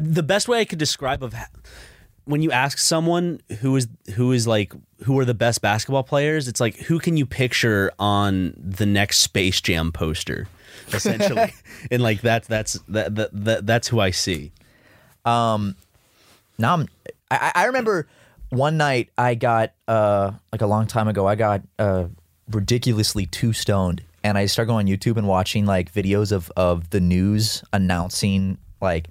the best way I could describe of ha- when you ask someone who is who is like who are the best basketball players, it's like who can you picture on the next Space Jam poster, (laughs) essentially, and like that's that's that, that, that that's who I see.
Now I'm, I, I remember one night I got uh like a long time ago I got uh ridiculously too stoned and I started going on YouTube and watching like videos of of the news announcing like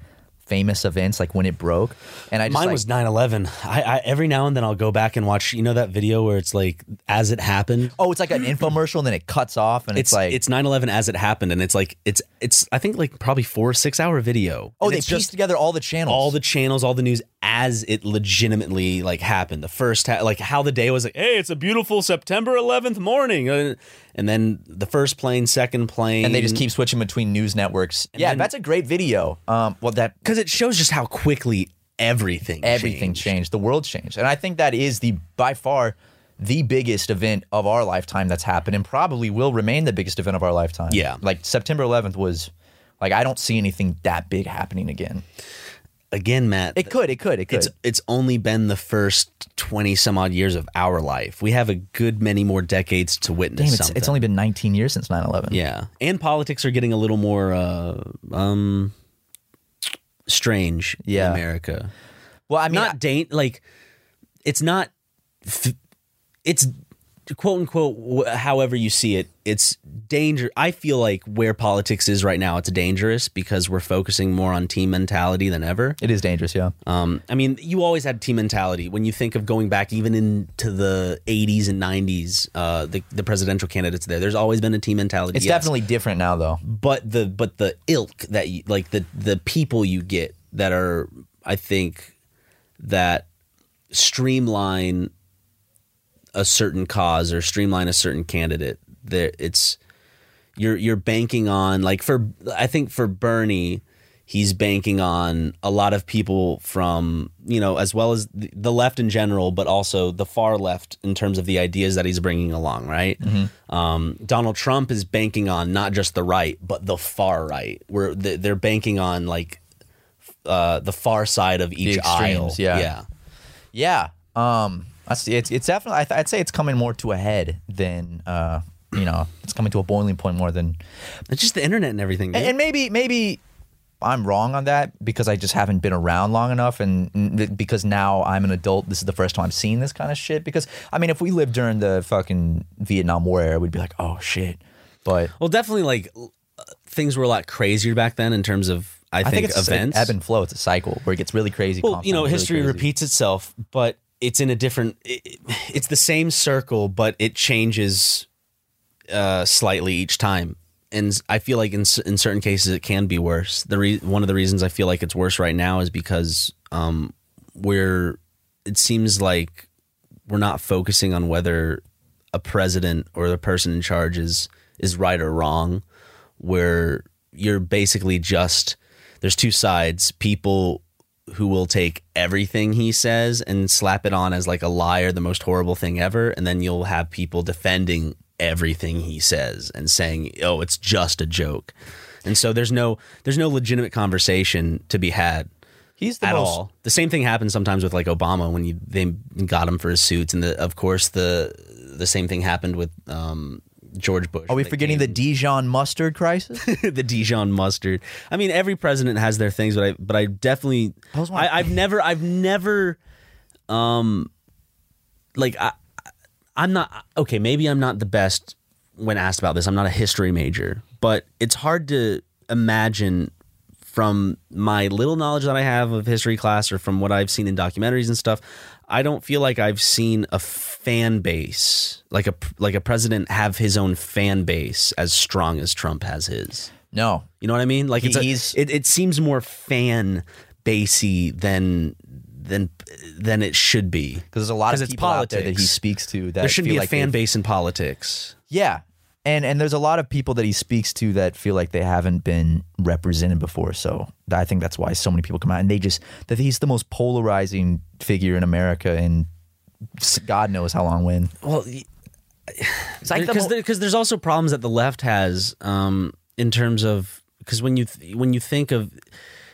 famous events like when it broke and I just
Mine
like,
was 9 11. I, I, every now and then I'll go back and watch, you know, that video where it's like, as it happened?
oh it's like an infomercial and then it cuts off and it's,
It's
like
it's 9 11 as it happened. And it's like, it's, it's, I think like probably four or six hour video.
oh
And
they
it's
pieced
just
together all the channels
all the channels, all the news as it legitimately like happened. The first, ha- like how the day was like, hey, it's a beautiful September 11th morning. And and then the first plane, second plane.
and they just keep switching between news networks yeah
then-
that's a great video um well that
because it shows just how quickly everything
everything changed. The world changed. And I think that is the by far the biggest event of our lifetime that's happened and probably will remain the biggest event of our lifetime.
Yeah.
Like September 11th was like I don't see anything that big happening again.
again, Matt.
It could, it could, it could.
it's it's only been the first twenty some odd years of our life. We have a good many more decades to witness
Damn, it's,
something.
it's only been 19 years since 9/11.
yeah, and politics are getting a little more uh, um strange
Yeah.
in America.
Well, I mean,
not da- like it's not f- it's quote unquote wh- however you see it it's danger i feel like where politics is right now it's dangerous because we're focusing more on team mentality than ever
it is dangerous, yeah.
um, i mean you always had team mentality when you think of going back even into the 80s and 90s uh, the, the presidential candidates there there's always been a team mentality
It's
yes.
definitely different now though.
but the but the ilk that you like the the people you get that are i think that streamline a certain cause or streamline a certain candidate there it's you're you're banking on like for i think for bernie he's banking on a lot of people from you know as well as the the left in general but also the far left in terms of the ideas that he's bringing along right
Mm-hmm.
um, donald trump is banking on not just the right but the far right where they- they're banking on like uh, the far side of each aisle
extremes, yeah.
yeah
Yeah. Um I see it's it's definitely I th- I'd say it's coming more to a head than uh you know, it's coming to a boiling point more than
It's just the internet and
And,
everything. dude.
and maybe maybe I'm wrong on that because I just haven't been around long enough, and n- because now I'm an adult, this is the first time I'm seeing this kind of shit. Because I mean, if we lived during the fucking Vietnam War era, we'd be like, oh shit. But
well, definitely like l- uh, things were a lot crazier back then in terms of I,
I think,
think,
it's
events.
an ebb and flow. It's a cycle where it gets really crazy.
well, you
compounded,
know,
really
history
crazy.
repeats itself, but it's in a different. It, it- it's the same circle, but it changes uh, slightly each time. And s- I feel like in s- in certain cases it can be worse. The re- one of the reasons I feel like it's worse right now is because um, we're. It seems like we're not focusing on whether a president or the person in charge is is right or wrong where you're basically just there's two sides people who will take everything he says and slap it on as like a liar the most horrible thing ever and then you'll have people defending everything he says and saying oh it's just a joke and so there's no there's no legitimate conversation to be had
He's the
at
most.
all. The same thing happens sometimes with like Obama when you they got him for his suits, and the, of course the the same thing happened with um, George Bush.
Are we forgetting the Dijon mustard crisis?
(laughs) the Dijon mustard? I mean, every president has their things, but I but I definitely
I was wondering-
I, I've never I've never um like I I'm not okay. Maybe I'm not the best when asked about this. I'm not a history major, but it's hard to imagine from my little knowledge that I have of history class or from what I've seen in documentaries and stuff. I don't feel like I've seen a fan base like a like a president have his own fan base as strong as Trump has his.
no,
You know what I mean? Like it's a-
He's-
it, it seems more fan basey than than than it should be.
because there's a lot
'Cause
of
it's
people out there that he
politics.
speaks to. That
There shouldn't
feel
be a
like
fan
they've-
base in politics.
Yeah. And and there's a lot of people that he speaks to that feel like they haven't been represented before. So th- I think that's why so many people come out and they just that he's the most polarizing figure in America and God knows how long when.
Well,
It's like the
because
mo-
there's also problems that the left has um, in terms of because when you th- when you think of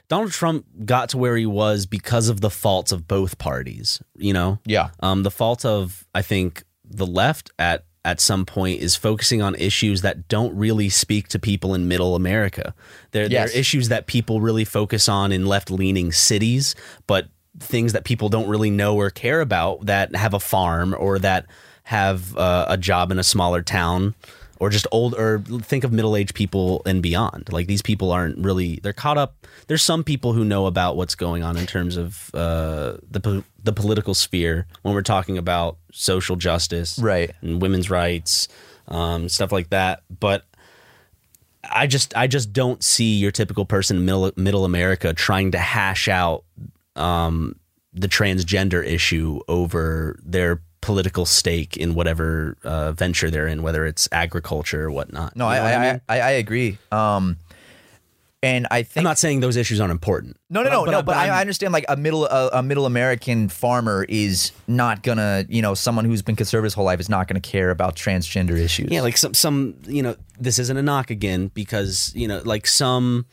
Donald Trump got to where he was because of the faults of both parties. You know,
yeah.
um, the fault of I think the left at at some point is focusing on issues that don't really speak to people in middle America. They're,
Yes.
they're issues that people really focus on in left leaning cities, but things that people don't really know or care about that have a farm or that have uh, a job in a smaller town or just old or think of middle-aged people and beyond like these people aren't really they're caught up there's some people who know about what's going on in terms of uh, the, po- the political sphere when we're talking about social justice
Right.
and women's rights um, stuff like that but I just I just don't see your typical person in middle middle America trying to hash out um, the transgender issue over their political stake in whatever uh, venture they're in, whether it's agriculture or whatnot.
No,
You know
I,
what
I,
mean?
I, I, I agree. Um, and I
I'm
think
not saying those issues aren't important.
No, no, no,
but-
no.
but-
But I,
I'm-
I understand. Like a middle, a, a middle American farmer is not gonna, you know, someone who's been conservative his whole life is not gonna care about transgender issues.
Yeah, like some some you know this isn't a knock again because you know like some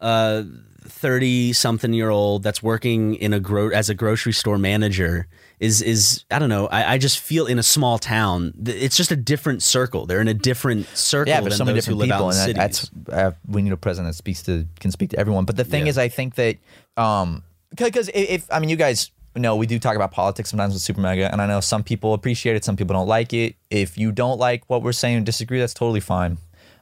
uh thirty something year old that's working in a gro as a grocery store manager is is I don't know I, I just feel in a small town th- it's just a different circle they're in a different circle
yeah,
than
but
those
so many
who
different
live
people,
out
and
in
that,
cities.
that's uh, we need a president that speaks to can speak to everyone. But the thing
Yeah.
is, I think that um, because if I mean, you guys know we do talk about politics sometimes with Super Mega, and I know some people appreciate it, some people don't like it. If you don't like what we're saying and disagree, that's totally fine.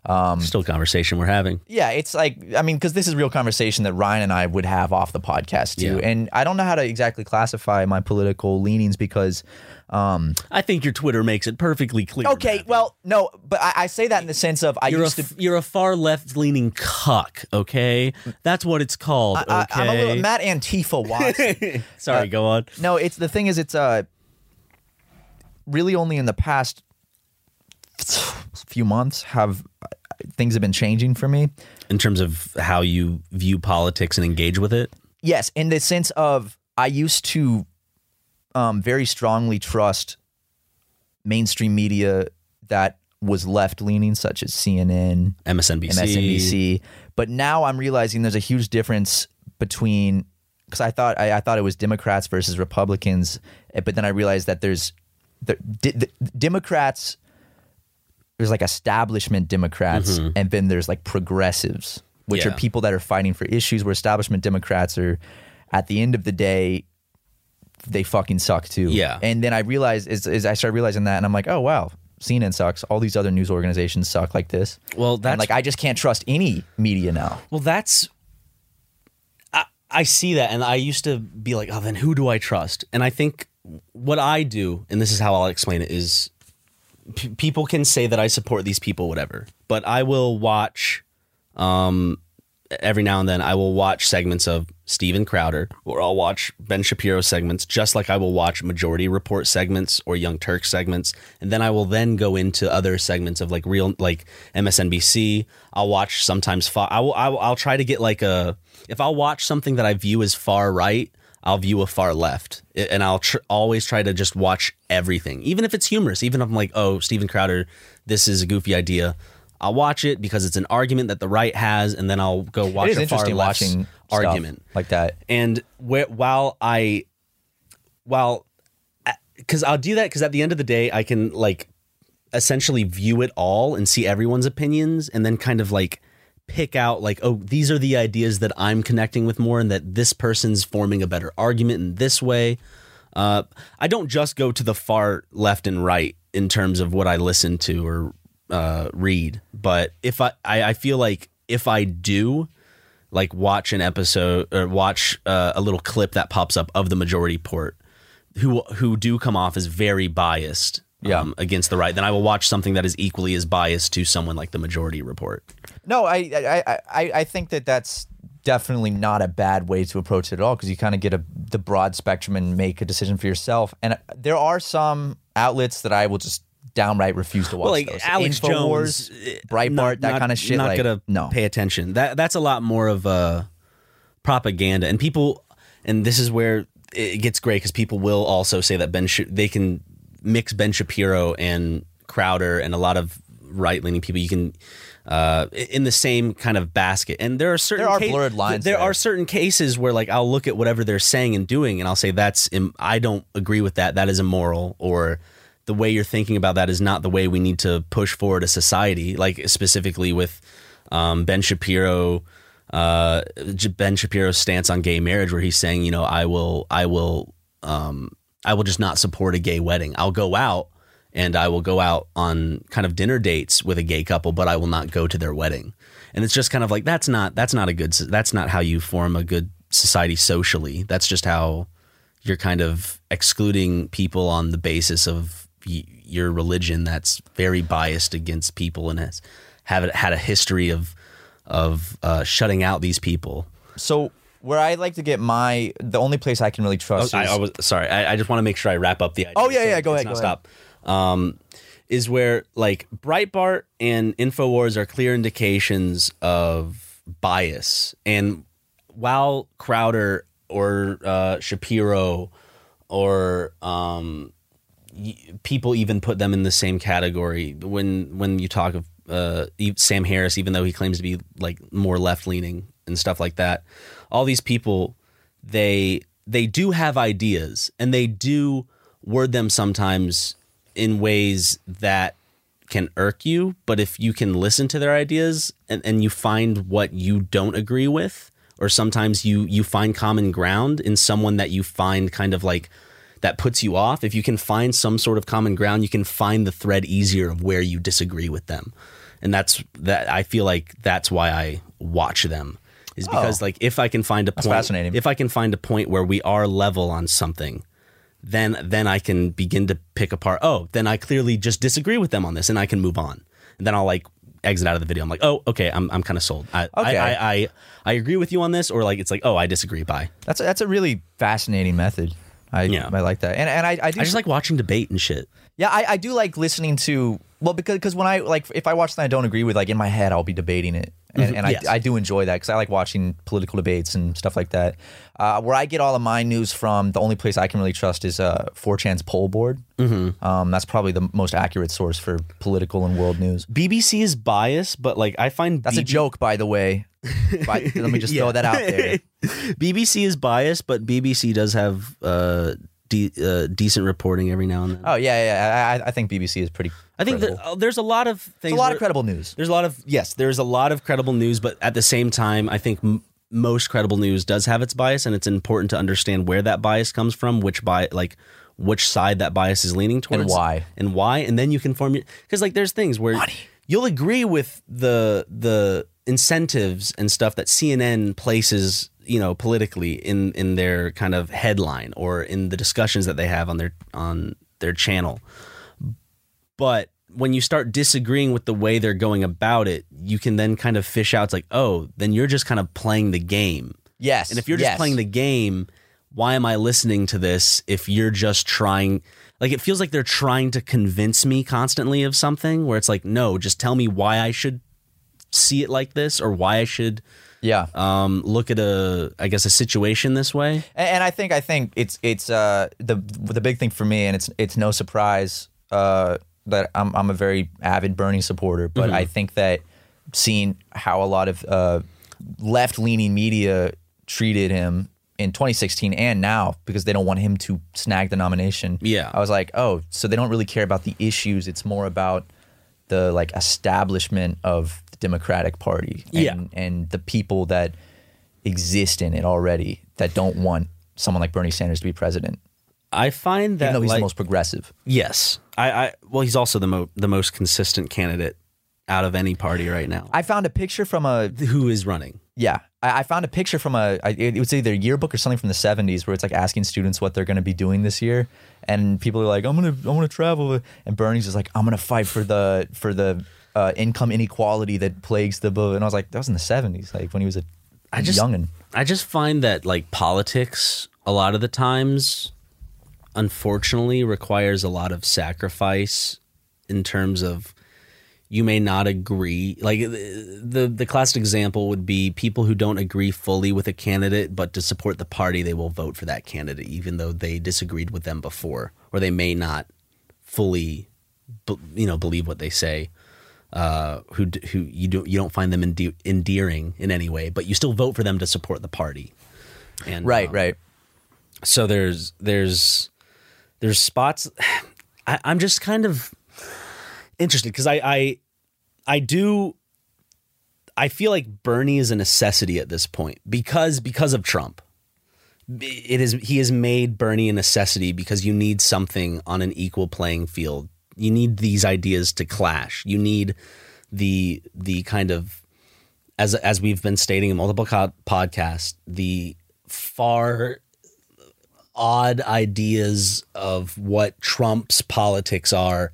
um,
still a conversation we're having.
Yeah, it's like I mean, because this is real conversation that Ryan and I would have off the podcast too,
Yeah.
and I don't know how to exactly classify my political leanings because, um,
I think your Twitter makes it perfectly clear.
okay,
Matt.
well, no, but I, I say that in the sense of I
You're a,
used to.
f- you're a far left leaning cuck, okay? That's what it's called, okay?
I, I'm a little uh, Matt Antifa Watson.
(laughs) Sorry, go on.
no, it's the thing is, it's uh, really only in the past few months have uh, things have been changing for me.
in terms of how you view politics and engage with it.
Yes, in the sense of I used to um, very strongly trust mainstream media that was left leaning, such as CNN,
MSNBC.
MSNBC. But now I'm realizing there's a huge difference between because I thought I, I thought it was Democrats versus Republicans, eh, but then I realized that there's the, de- the Democrats. There's like establishment Democrats, and then there's like progressives, which
Mm-hmm. Yeah.
are people that are fighting for issues. Where establishment Democrats are, at the end of the day, they fucking suck too.
Yeah.
And then I realized is, is I started realizing that, and I'm like, oh wow, CNN sucks. All these other news organizations suck like this.
Well, that's
And like I just can't trust any media now.
well, that's. I I see that, and I used to be like, oh, then who do I trust? And I think what I do, and this is how I'll explain it, is p- people can say that I support these people, whatever, but I will watch. Um, every now and then, I will watch segments of Steven Crowder, or I'll watch Ben Shapiro segments, just like I will watch Majority Report segments or Young Turk segments, and then I will then go into other segments of like real, like MSNBC. I'll watch sometimes. Far, I will. I will I'll try to get like a. If I'll watch something that I view as far right. I'll view a far left, I- and I'll tr- always try to just watch everything, even if it's humorous. Even if I'm like, "Oh, Steven Crowder, this is a goofy idea," I'll watch it because it's an argument that the right has, and then I'll go watch
It is
a far
interesting
left's
watching stuff
argument.
like that.
And where, while I, while, because I'll do that because at the end of the day, I can like essentially view it all and see everyone's opinions and then kind of like pick out like oh these are the ideas that i'm connecting with more and that this person's forming a better argument in this way uh, i don't just go to the far left and right in terms of what i listen to or uh, read but if I, I i feel like if i do like watch an episode or watch uh, a little clip that pops up of the majority port who who do come off as very biased
Yeah.
um, against the right, then I will watch something that is equally as biased to someone like the Majority Report.
No, I I I- I, I think that that's definitely not a bad way to approach it at all because you kind of get a the broad spectrum and make a decision for yourself. And uh, there are some outlets that I will just downright refuse to watch.
Well, like
those.
Alex
Infowars,
Jones, eh,
Breitbart,
not-
that
not-
kind of shit.
Not
like,
gonna
no.
pay attention. That that's a lot more of a propaganda, and people, and this is where it gets great because people will also say that Ben, Sh- they can mix Ben Shapiro and Crowder and a lot of right leaning people. You can. Uh, in the same kind of basket, and there are certain
There are
ca-
blurred lines
There
there.
are certain cases where, like, I'll look at whatever they're saying and doing, and I'll say that's Im- I don't agree with that. That is immoral, or the way you're thinking about that is not the way we need to push forward a society. Like specifically with um, Ben Shapiro uh, J- Ben Shapiro's stance on gay marriage, where he's saying, you know, I will, I will, um, I will just not support a gay wedding. I'll go out and I will go out on kind of dinner dates with a gay couple, but I will not go to their wedding. And it's just kind of like that's not that's not a good s- that's not how you form a good society socially. That's just how you're kind of excluding people on the basis of y- your religion that's very biased against people and has have it had a history of of uh, shutting out these people.
So where I like to get my the only place I can really trust
Oh, I,
is
I was sorry. I, I just want to make sure I wrap up the idea.
Oh, yeah,
so
yeah, go
it's
ahead,
not
go
stop. Um, is where like Breitbart and Infowars are clear indications of bias, and while Crowder or uh, Shapiro or um, y- people even put them in the same category when when you talk of uh, e- Sam Harris, even though he claims to be like more left leaning and stuff like that. All these people, they they do have ideas and they do word them sometimes in ways that can irk you. But if you can listen to their ideas and, and you find what you don't agree with, or sometimes you you find common ground in someone that you find kind of like that puts you off, if you can find some sort of common ground, you can find the thread easier of where you disagree with them. And that's that I feel like that's why I watch them. Is because like if I can find a point
Oh. fascinating.
if I can find a point where we are level on something, then then I can begin to pick apart, oh, then I clearly just disagree with them on this and I can move on. And then I'll like exit out of the video. I'm like, oh, okay, I'm I'm kinda sold. I
Okay.
I, I, I I agree with you on this, or like it's like, oh, I disagree by.
that's a, that's a really fascinating method. I
Yeah.
I like that, and and I I do
I just like watching debate and shit.
Yeah, I, I do like listening to well because because when I like if I watch something I don't agree with, like in my head I'll be debating it, and, and
Mm-hmm. yes.
I, I do enjoy that because I like watching political debates and stuff like that. Uh, where I get all of my news from, the only place I can really trust is uh, 4chan's poll board. Mm-hmm. Um, that's probably the most accurate source for political and world news.
BBC is biased, but like I find
That's a
BB
joke, by the way.
(laughs)
By, let me just
Yeah.
throw that out there.
(laughs) BBC is biased, but BBC does have uh, de- uh, decent reporting every now and then.
Oh yeah, yeah. I, I think BBC is pretty.
I think that,
credible.
uh, there's a lot of things.
There's a lot of
where-
credible news.
There's a lot of yes, there's a lot of credible news, but at the same time, I think m- most credible news does have its bias, and it's important to understand where that bias comes from, which bi- like which side that bias is leaning towards,
why.
and why, and then you can form your because like there's things where you'll agree with the the incentives and stuff that CNN places you know politically in in their kind of headline or in the discussions that they have on their on their channel but when you start disagreeing with the way they're going about it, you can then kind of fish out. It's like, oh, then you're just kind of playing the game.
Yes,
And if you're just
yes.
playing the game, why am I listening to this if you're just trying? Like, it feels like they're trying to convince me constantly of something where it's like, no, just tell me why I should see it like this or why I should
yeah.
um, look at a, I guess, a situation this way.
And, and I think I think it's it's uh, the the big thing for me, and it's it's no surprise uh, that I'm I'm a very avid Bernie supporter, but I think that seeing how a lot of uh, left leaning media treated him in 2016 and now because they don't want him to snag the nomination.
Yeah.
I was like, oh, so they don't really care about the issues. It's more about the like establishment of the Democratic Party and,
Yeah.
and the people that exist in it already that don't want someone like Bernie Sanders to be president,
I find that
even though he's
like,
the most progressive.
Yes, I, I well, he's also the mo- the most consistent candidate out of any party right now.
I found a picture from a
Who is running?
yeah. I, I found a picture from a I, it was either a yearbook or something from the '70s where it's like asking students what they're going to be doing this year, and people are like, "I'm gonna I'm gonna travel," and Bernie's just like, "I'm gonna fight for the for the uh, income inequality that plagues the." Blah. And I was like, "That was in the '70s, like when he was a
I just-
youngin."
I just find that like politics a lot of the times, unfortunately, requires a lot of sacrifice in terms of you may not agree. Like the the, the classic example would be people who don't agree fully with a candidate, but to support the party, they will vote for that candidate, even though they disagreed with them before, or they may not fully, be- you know, believe what they say. Uh, who d- who you don't you don't find them ende- endearing in any way, but you still vote for them to support the party. And
Right,
um,
right.
so there's there's there's spots (sighs) I, i'm just kind of interested because i i i do I feel like Bernie is a necessity at this point because because of Trump. It is he has made Bernie a necessity because you need something on an equal playing field. You need these ideas to clash. You need the the kind of as as we've been stating in multiple co- podcasts, the far odd ideas of what Trump's politics are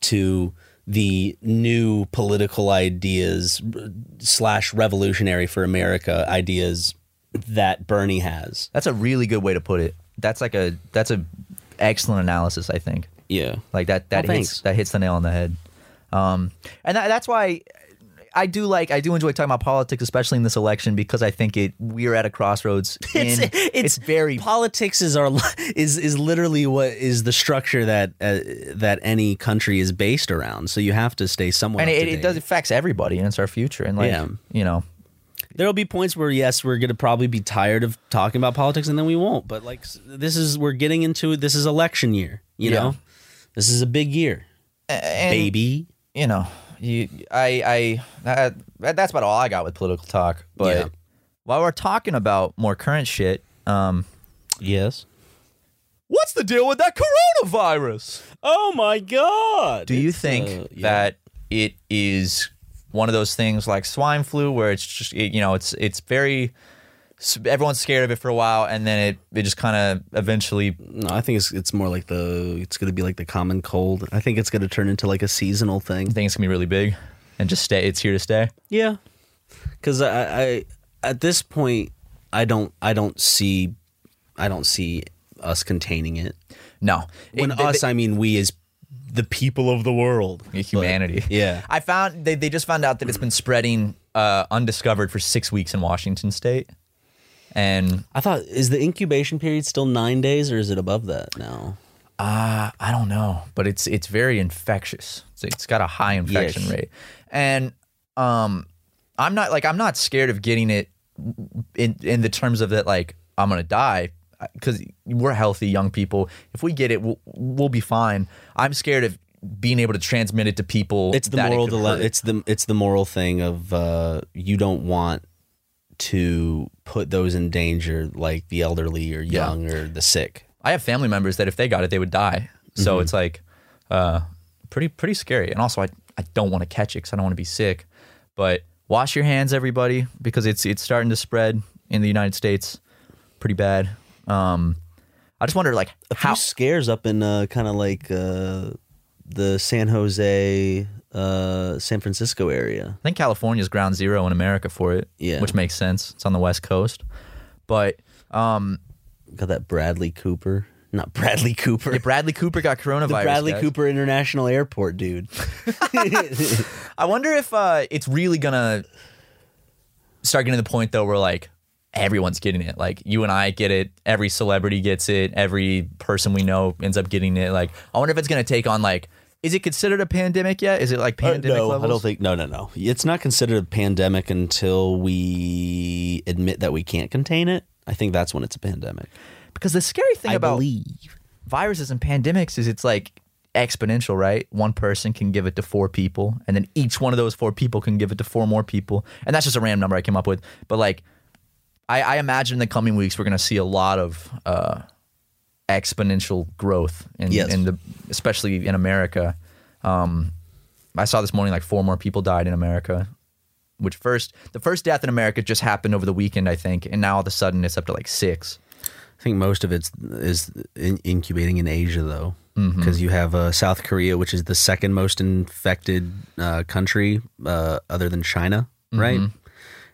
to the new political ideas slash revolutionary for America ideas that Bernie has.
That's a really good way to put it. That's like a that's a excellent analysis. I think
Yeah.
like that that
Oh,
hits
thanks.
that hits the nail on the head. Um, and that, that's why I do like I do enjoy talking about politics, especially in this election, because I think it we're at a crossroads. in, it's very
politics is our li- is is literally what is the structure that uh, that any country is based around. So you have to stay somewhere.
and
up
it,
to
it
date.
does affects everybody, and it's our future, and like
Yeah.
you know.
There'll be points where yes, we're gonna probably be tired of talking about politics, and then we won't. But like s- this is we're getting into this is election year. You
Yeah.
know, this is a big year,
And-
baby.
you know, you, I, I, that- that, that's about all I got with political talk. But
Yeah.
while we're talking about more current shit, um,
Yes.
what's the deal with that coronavirus?
Oh my god.
Do you
It's,
think
uh, yeah.
that it is one of those things like swine flu, where it's just, it, you know, it's it's very everyone's scared of it for a while, and then it it just kind of eventually
No, I think it's it's more like the it's gonna be like the common cold. I think it's gonna turn into like a seasonal thing.
things can be really big, and just stay. It's here to stay.
Yeah, because I, I at this point I don't I don't see I don't see us containing it.
No, It-
When
they-
us, I mean we as the people of the world,
Yeah, humanity.
But, (laughs) yeah.
I found they, they just found out that it's been spreading uh, undiscovered for six weeks in Washington state. And
I thought is the incubation period still nine days or is it above that now?
uh, I don't know, but it's it's very infectious. So it's got a high infection
Yes.
rate. And um I'm not like I'm not scared of getting it in in the terms of that like I'm going to die cuz we're healthy young people. If we get it we'll, we'll be fine. I'm scared of being able to transmit it to people
It's the
that it
moral
could
dile-
hurt.
It's the it's the moral thing of uh, you don't want to put those in danger, like the elderly or young or the sick.
I have family members that if they got it, they would die. So
Mm-hmm.
it's like uh, pretty pretty scary. And also, I I don't want to catch it because I don't want to be sick. But wash your hands, everybody, because it's it's starting to spread in the United States pretty bad. Um, I just wonder like
a few
how
scares up in uh, kind of like uh, the San Jose, uh, San Francisco area.
I think California's ground zero in America for it,
Yeah.
which makes sense. It's on the West Coast, but um,
Got that Bradley Cooper, not Bradley
(laughs)
Cooper,
Bradley Cooper got coronavirus.
the Bradley
guys.
Cooper International Airport,
(laughs)
dude. (laughs)
I wonder if uh, it's really gonna start getting to the point though where like everyone's getting it. Like you and I get it, every celebrity gets it, every person we know ends up getting it. Like I wonder if it's gonna take on like is it considered a pandemic yet? Is it like pandemic
Uh, no,
levels?
I don't think. No, no, no. It's not considered a pandemic until we admit that we can't contain it. I think that's when it's a pandemic.
because the scary thing about
believe.
viruses and pandemics is it's like exponential, right? One person can give it to four people, and then each one of those four people can give it to four more people. And that's just a random number I came up with. But like, I, I imagine in the coming weeks we're going to see a lot of uh, exponential growth in,
Yes.
in the, especially in America. Um, I saw this morning like four more people died in America. Which first, the first death in America just happened over the weekend, I think, and now all of a sudden it's up to like six.
I think most of it's is in, incubating in Asia though,
Mm-hmm.
because you have uh, South Korea, which is the second most infected uh, country uh, other than China,
Mm-hmm.
right?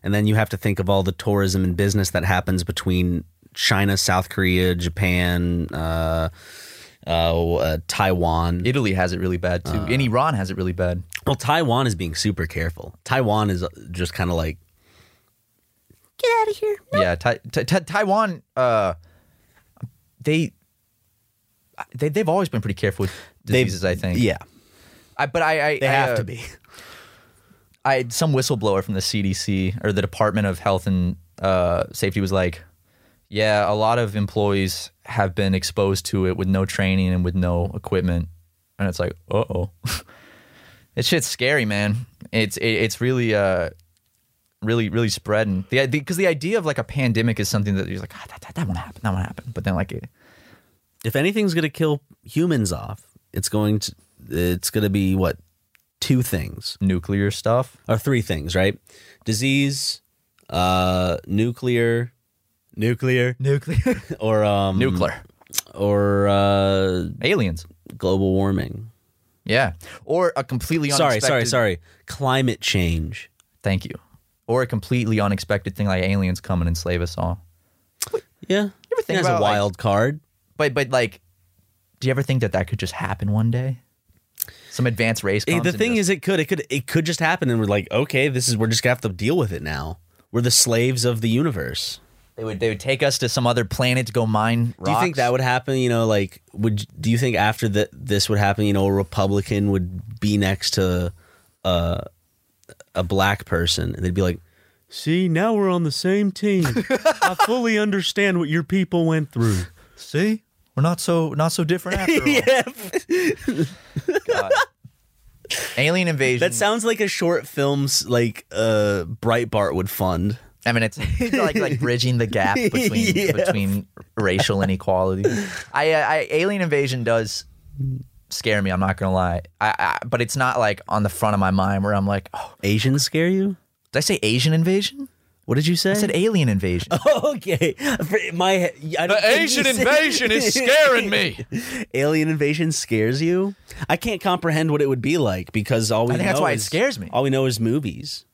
And then you have to think of all the tourism and business that happens between China, South Korea, Japan, uh, uh, uh, Taiwan.
Italy has it really bad too,
Uh.
and Iran has it really bad.
Well, Taiwan is being super careful. Taiwan is uh, just kind of like get out of here.
Yeah, Tai Ta- Ta- Taiwan, uh, they, they they've always been pretty careful with
They've-
diseases. I think.
Yeah,
I, but I, I
they
I,
have
uh,
to be.
I some whistleblower from the CDC or the Department of Health and uh, Safety was like, yeah, a lot of employees have been exposed to it with no training and with no equipment, and it's like, (laughs) uh oh, it's shit's scary, man. It's it, it's really uh, really really spreading. The because the, idea of like a pandemic is something that you're like ah, that, that that won't happen, that won't happen. But then like it,
(laughs) if anything's going to kill humans off, it's going to it's going to be what two things
nuclear stuff,
or three things, right? Disease, uh, nuclear, nuclear,
nuclear,
(laughs) or um,
nuclear,
or uh,
aliens.
global warming.
Yeah, or a completely
Sorry,
unexpected,
sorry, sorry. Climate change.
Thank you. Or a completely unexpected thing like aliens come and enslave us all.
Yeah, you
ever think
a
about, like-
wild card?
But but like, do you ever think that that could just happen one day? Some advanced race.
Eh,
Comes
the
and
thing
just-
is, it could, it could, it could just happen, and we're like, okay, this is we're just gonna have to deal with it now. We're the slaves of the universe.
they would they would take us to some other planet to go mine.
Do you
rocks.
think that would happen? You know, like, would do you think after that this would happen? You know, a Republican would be next to uh, a black person, and they'd be like, "See, now we're on the same team. (laughs) I fully understand what your people went (laughs) through."
See, we're not so not so different
(laughs)
after all. yeah. Alien invasion.
That sounds like a short film's like uh, Breitbart would fund.
I mean,
(laughs)
it's like like bridging the gap between
Yeah.
between racial inequality. I, uh, I alien invasion does scare me. I'm not gonna lie. I, I but it's not like on the front of my mind where I'm like, oh,
Asians scare you?
did I say Asian invasion?
What did you say?
I said alien invasion.
(laughs) okay. For- my I don't think you said-
me.
(laughs) Alien invasion scares you? I can't comprehend what it would be like because all we
I think
know
that's why it
is-
scares me.
All we know is movies.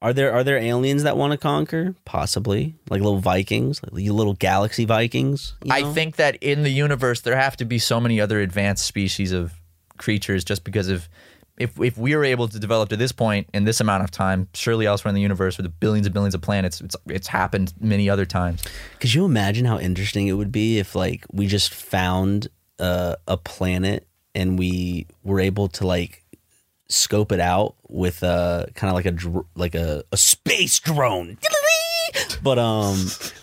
Are there are there aliens that want to conquer? Possibly, like little Vikings, like you little galaxy Vikings. you
I
know?
think that in the universe there have to be so many other advanced species of creatures just because of if if we were able to develop to this point in this amount of time, surely elsewhere in the universe with the billions and billions of planets, it's it's happened many other times.
Could you imagine how interesting it would be if like we just found uh, a planet and we were able to like scope it out with a kind of like a dr- like a, a space drone. (laughs) But um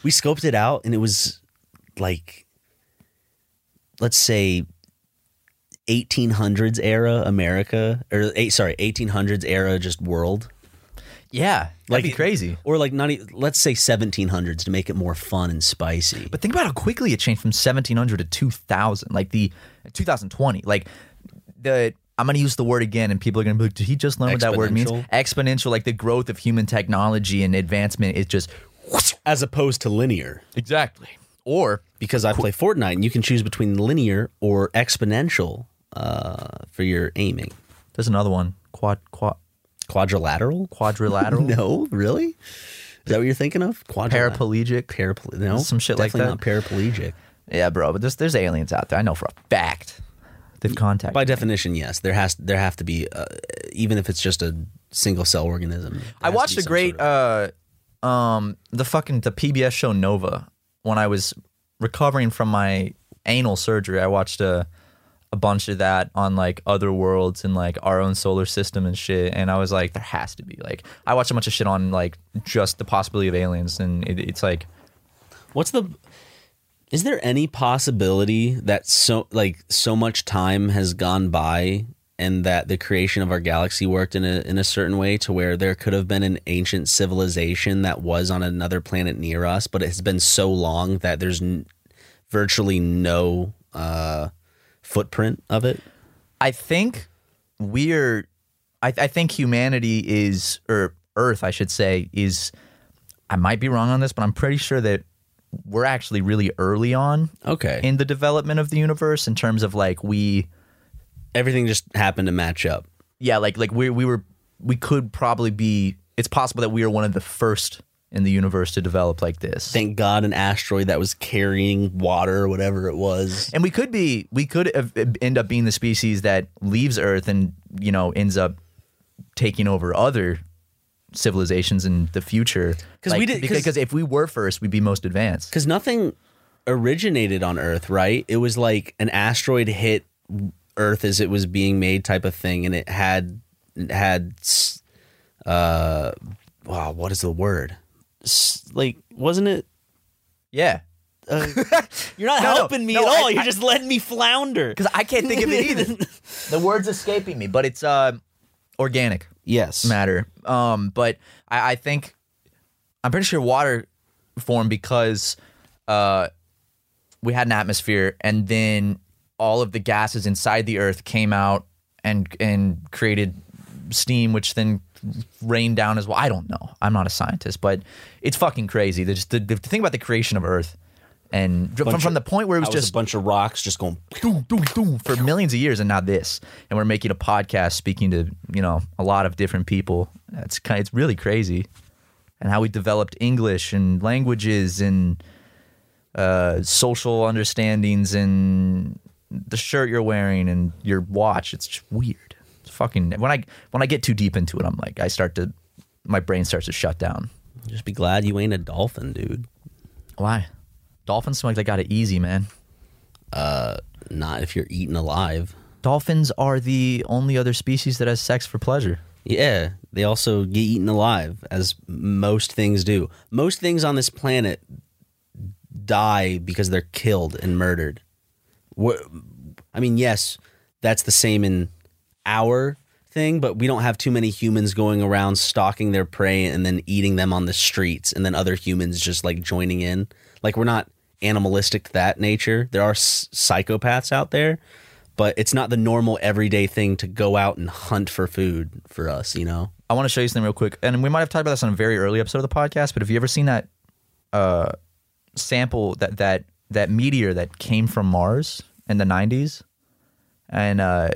we scoped it out and it was like let's say 1800s era America or eight sorry 1800s era just world
Yeah, that'd
Like-
be crazy.
or like not even, let's say 1700s to make it more fun and spicy.
But think about how quickly it changed from 1700 to 2000, like the 2020. Like the I'm going to use the word again, and people are going to be like, "Did he just learn what that word means?"
Exponential.
Exponential, like the growth of human technology and advancement, is just
as opposed to linear
exactly. Or
because I play Fortnite and you can choose between linear or exponential uh, for your aiming.
There's another one. Quad, quad
Quadrilateral?
quadrilateral, (laughs)
No, really? Is that what you're thinking of? Quadrilateral.
paraplegic.
Paraple- no,
Some shit like
definitely not paraplegic.
Yeah, bro, but there's there's aliens out there. I know for a fact. They've contacted.
By definition, yes, there has there have to be, uh, even if it's just a single cell organism. there
I
has to
watched
be
a
some
great
sort of-
uh um the fucking the PBS show Nova when I was recovering from my anal surgery. I watched a a bunch of that on like other worlds and like our own solar system and shit. And I was like, there has to be like I watched a bunch of shit on like just the possibility of aliens, and it, it's like
What's the? Is there any possibility that so like so much time has gone by and that the creation of our galaxy worked in a in a certain way to where there could have been an ancient civilization that was on another planet near us, but it has been so long that there's n- virtually no uh, footprint of it.
I think we're I, I think humanity is or earth I should say is I might be wrong on this but I'm pretty sure that we're actually really early on
Okay,
in the development of the universe in terms of like we
everything just happened to match up.
yeah like like we we were we could probably be it's possible that we are one of the first in the universe to develop like this
Thank God, an asteroid that was carrying water or whatever it was.
and we could be we could have- eh, end up being the species that leaves earth and you know ends up taking over other civilizations in the future
'Cause we did- 'cause-
because, because if we were first we'd be most advanced
because nothing originated on Earth, right? It was like an asteroid hit Earth as it was being made, type of thing, and it had it had s- uh, wow, what is the word? S- Like, wasn't it?
(laughs) yeah
You're not
No,
helping me
no,
at
I-
all. You're
I-
just letting me flounder. (laughs)
because i can't think of it either the word's escaping me but it's uh, organic
Yes.
matter. Um, but I, I think I'm pretty sure water formed because uh, we had an atmosphere, and then all of the gases inside the Earth came out and and created steam, which then rained down as well. I don't know. I'm not a scientist, but it's fucking crazy. There's the, the thing about the creation of Earth. And from, from the point where it was
I was
just
a bunch of rocks just going.
doom, doom, doom for millions of years and now this and we're making a podcast speaking to you know a lot of different people it's kind it's really crazy and how we developed english and languages and uh, social understandings and the shirt you're wearing and your watch it's just weird it's fucking when i when i get too deep into it i'm like i start to my brain starts to shut down
Just be glad you ain't a dolphin, dude.
why dolphins seem like they got it easy man
Not if you're eaten alive.
dolphins are the only other species that has sex for pleasure
Yeah, they also get eaten alive, as most things do. Most things on this planet die because they're killed and murdered. Wha- I mean, yes, that's the same in our thing, but we don't have too many humans going around stalking their prey and then eating them on the streets, and then other humans just like joining in. Like we're not animalistic to that nature. There are s- psychopaths out there, but it's not the normal everyday thing to go out and hunt for food for us. You know,
I want to show you something real quick, and we might have talked about this on a very early episode of the podcast. But have you ever seen that uh, sample that that that meteor that came from Mars in the '90s, and uh,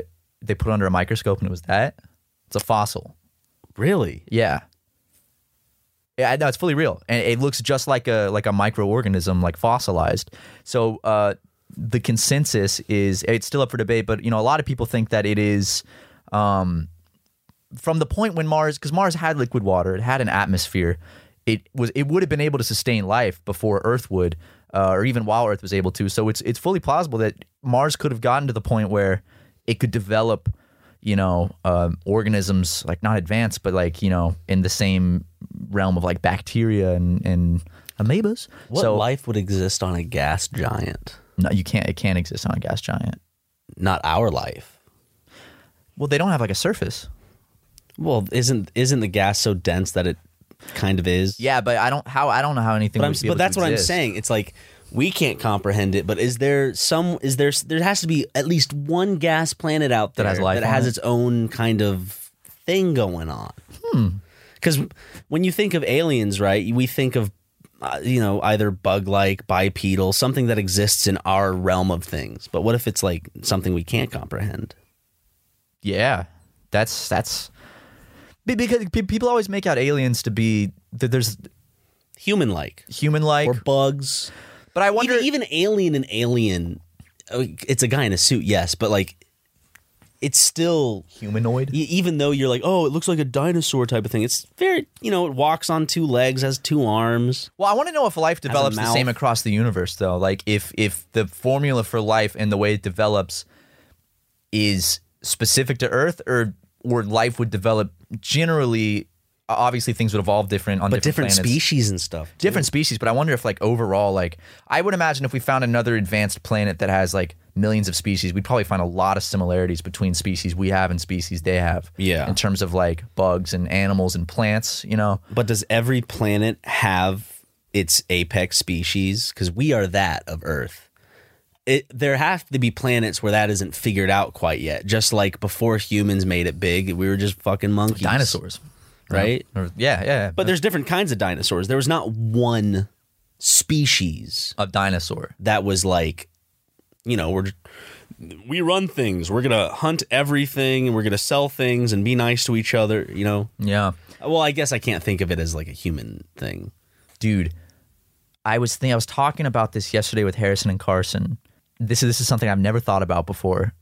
they put it under a microscope, and it was that? It's a fossil.
really?
Yeah. Yeah, I know it's fully real, and it looks just like a like a microorganism, like fossilized. So uh, the consensus is it's still up for debate, but you know a lot of people think that it is um, from the point when Mars, because Mars had liquid water, it had an atmosphere, it was it would have been able to sustain life before Earth would, uh, or even while Earth was able to. So it's it's fully plausible that Mars could have gotten to the point where it could develop, you know, um, organisms like not advanced, but like you know, in the same realm of like bacteria and and amoebas.
What
so
life would exist on a gas giant?
no, you can't it can't exist on a gas giant.
Not our life.
Well, they don't have like a surface.
Well, isn't isn't the gas so dense that it kind of is?
Yeah, but I don't how I don't know how anything.
but
would
I'm,
be able
but
to
that's what I'm
exist.
saying. It's like we can't comprehend it. But is there some? Is there? There has to be at least one gas planet out there
has life
that
on
has
it?
its own kind of thing going on.
Hmm.
Because when you think of aliens, right, we think of uh, you know either bug-like, bipedal, something that exists in our realm of things. But what if it's like something we can't comprehend?
Yeah, that's that's be- because pe- people always make out aliens to be that there's
Human-like
human-like,
or bugs?
but I wonder.
even, even alien and alien uh, it's a guy in a suit yes but like it's still
humanoid.
e- even though you're like oh it looks like a dinosaur type of thing it's very you know it walks on two legs has two arms
Well, I want to know if life develops the
mouth.
same across the universe, though. Like if if the formula for life and the way it develops is specific to Earth, or or life would develop generally. o- Obviously, things would evolve different on
but different,
planets.
species and stuff dude.
different species but i wonder if like overall like i would imagine if we found another advanced planet that has like millions of species we'd probably find a lot of similarities between species we have and species they have
Yeah.
in terms of like bugs and animals and plants you know
but does every planet have its apex species because we are that of earth it, there have to be planets where that isn't figured out quite yet just like before humans made it big we were just fucking monkeys
dinosaurs
right
Or- yeah yeah, yeah
But there's different kinds of dinosaurs. There was not one species
a dinosaur
that was like, you know, we're we run things. We're gonna hunt everything, and we're gonna sell things, and be nice to each other. You know.
yeah
Well, I guess I can't think of it as like a human thing.
dude i was think i was talking about this yesterday with harrison and carson this is this is something i've never thought about before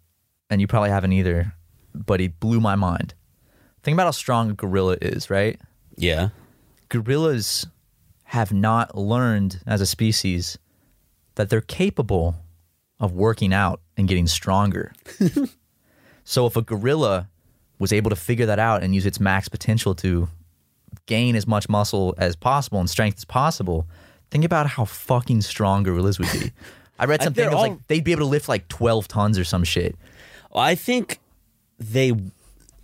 and you probably haven't either but it blew my mind think about how strong a gorilla is right
Yeah.
gorillas have not learned as a species that they're capable of working out and getting stronger.
(laughs)
so if a gorilla was able to figure that out and use its max potential to gain as much muscle as possible and strength as possible, think about how fucking strong gorillas would be. I
(laughs)
read something
they're
that was
all-
like they'd be able to lift like 12 tons or some shit.
I think they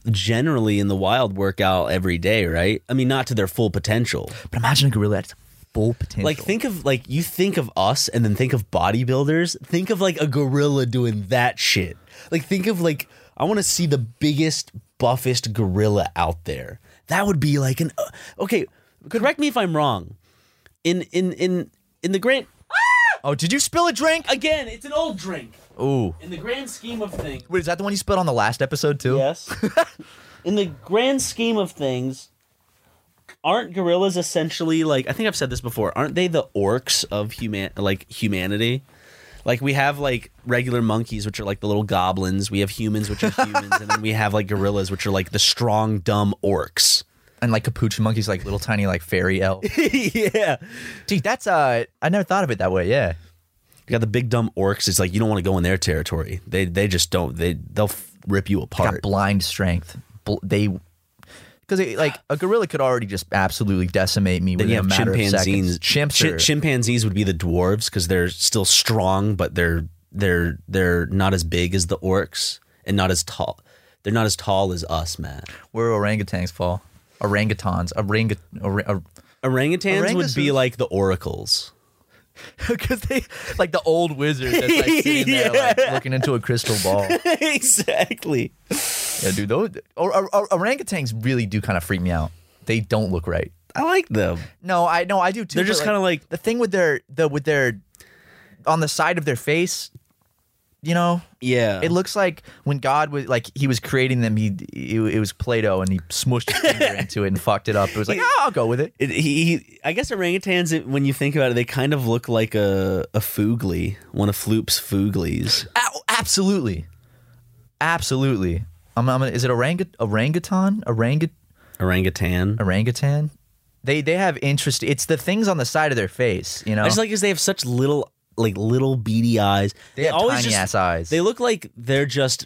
generally in the wild work out every day, right? I mean, not to their full potential.
But imagine a gorilla at its full potential.
Like think of like you think of us and then think of bodybuilders. Think of like a gorilla doing that shit. Like think of like I want to see the biggest buffest gorilla out there. That would be like an uh, okay. Correct me if I'm wrong. In in in in the grand
oh, did you spill a drink?
again, it's an old drink.
Ooh.
In the grand scheme of things,
Wait, is that the one you spilled on the last episode too?
Yes. In the grand scheme of things, aren't gorillas essentially like I think I've said this before, aren't they the orcs of human like humanity? Like we have like regular monkeys which are like the little goblins, we have humans which are humans, and then we have like gorillas which are like the strong dumb orcs.
And like capuchin monkeys, like little tiny like fairy
(laughs)
elf.
yeah.
Dude, that's uh, I never thought of it that way. Yeah.
You got the big dumb orcs, it's like you don't want to go in their territory. They they just don't they they'll f- rip you
got
apart.
blind strength. Bl- they because like a gorilla could already just absolutely decimate me
Then
within
you
a
have
matter of
chimpanzees.
seconds. Chimps
Chi-
are-
chimpanzees would be the dwarves because they're still strong, but they're they're they're not as big as the orcs and not as tall. They're not as tall as us, man.
where orangutans fall. Orangutans, orang, (laughs) orang,
Orangutans would be
Orangutans-
like the oracles.
because they like the old wizard that's
(laughs)
like sitting there like, looking into a crystal ball.
(laughs) exactly.
Yeah, dude, those or, or, or- orangutans really do kind of freak me out. They don't look right.
I like them.
No, I no, I do too.
They're
but,
just kinda like-
the thing with their the with their on the side of their face. You know,
Yeah.
It looks like when God was like he was creating them, he it, it was Play-Doh and he smushed his finger into it and fucked it up. It was like, oh, I'll go with it.
It- he, he- I guess orangutans, it- when you think about it, they kind of look like a a foogly, one of Floop's fooglies.
Ow, absolutely, absolutely. I'm, I'm, is it orangut orangutan orangut
Orangutan.
orangutan? They they have interest. It's the things on the side of their face. You know,
I just like because they have such little, like little beady eyes.
they, have
always
tiny
just,
ass eyes.
They look like they're just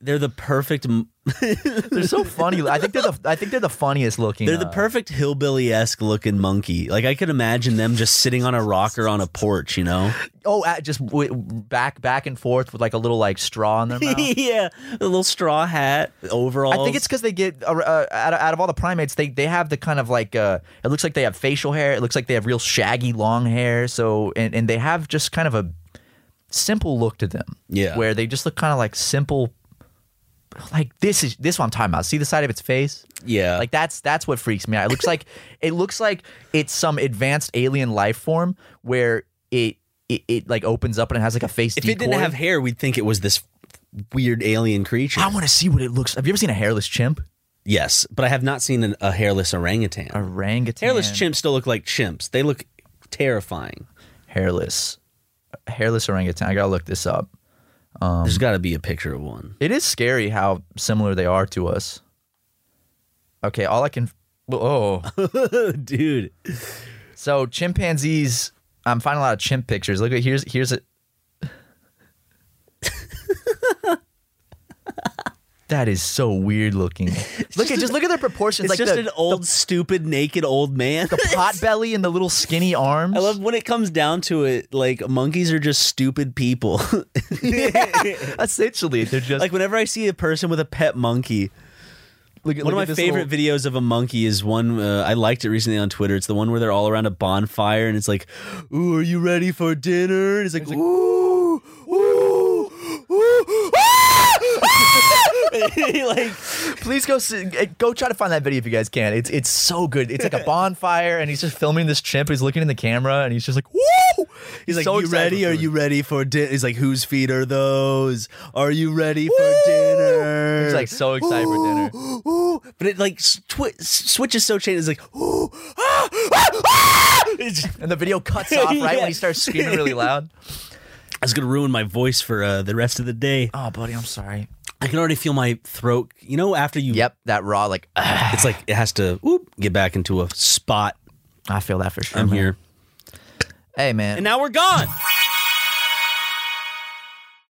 they're the perfect m-
They're so funny. (laughs) I think they're the I think they're the funniest looking.
they're the
uh,
perfect hillbilly esque looking monkey. Like I could imagine them just sitting on a rocker on a porch, you know?
(laughs) oh, uh, just w- back back and forth with like a little like straw in their mouth.
(laughs) yeah, Um, a little straw hat, overalls.
I think it's because they get uh, uh, out, of, out of all the primates, they they have the kind of like uh, it looks like they have facial hair. It looks like they have real shaggy long hair. So and and they have just kind of a simple look to them.
Yeah.
where they just look kind of like simple. Like this is this is what I'm talking about. See the side of its face.
yeah,
Like that's that's what freaks me out. It looks
(laughs)
like it looks like it's some advanced alien life form where it it, it like opens up and it has like a face.
if it didn't
decoy.
have hair, we'd think it was this weird alien creature.
I want to see what it looks. Have you ever seen a hairless chimp?
yes, but I have not seen an, a hairless orangutan.
Oh, Orangutan.
hairless chimps still look like chimps. They look terrifying.
hairless hairless orangutan. I gotta look this up. Um,
There's got to be a picture of one. (laughs)
It is scary how similar they are to us. Okay, all I can. Oh,
(laughs) Dude,
so chimpanzees. I'm finding a lot of chimp pictures. Look at here's here's
(laughs)
a. that is so weird looking. Look at just look at their proportions.
it's
like
just
the,
an old, stupid, naked old man. (laughs)
the pot belly and the little skinny arms.
I love when it comes down to it, like monkeys are just stupid people. (laughs)
Essentially, they're just
like whenever I see a person with a pet monkey,
look at
one
look at
of my
this
favorite
little-
videos of a monkey is one uh, I liked it recently on Twitter. It's the one where they're all around a bonfire and it's like, "Ooh, are you ready for dinner?" And it's like, "Ooh, ooh, ooh." ah!" (laughs) like
Please go see, eh, go try to find that video if you guys can. It's it's so good. It's
(laughs)
like a bonfire, and he's just filming this chimp. He's looking in the camera, and he's just like, "Woo!"
he's like,
so
"You
excited
ready?
for
Are
food.
you ready for dinner?" He's like, "Whose feet are those? Are you ready for
Woo!
dinner?"
He's like so excited for dinner.
Ooh, ooh. But it like swi- switches so chain. It's like, ooh, ah, (laughs)
And the video cuts off right
Yeah.
when he starts screaming really
(laughs)
loud.
It's gonna ruin my voice for uh, the rest of the day.
Oh, buddy, I'm sorry.
I can already feel my throat. You know, after you,
Yep, that raw like (clears throat) ah,
it's like it has to whoop, get back into a spot.
I feel that for sure.
I'm
man.
here,
Hey man,
and now we're gone.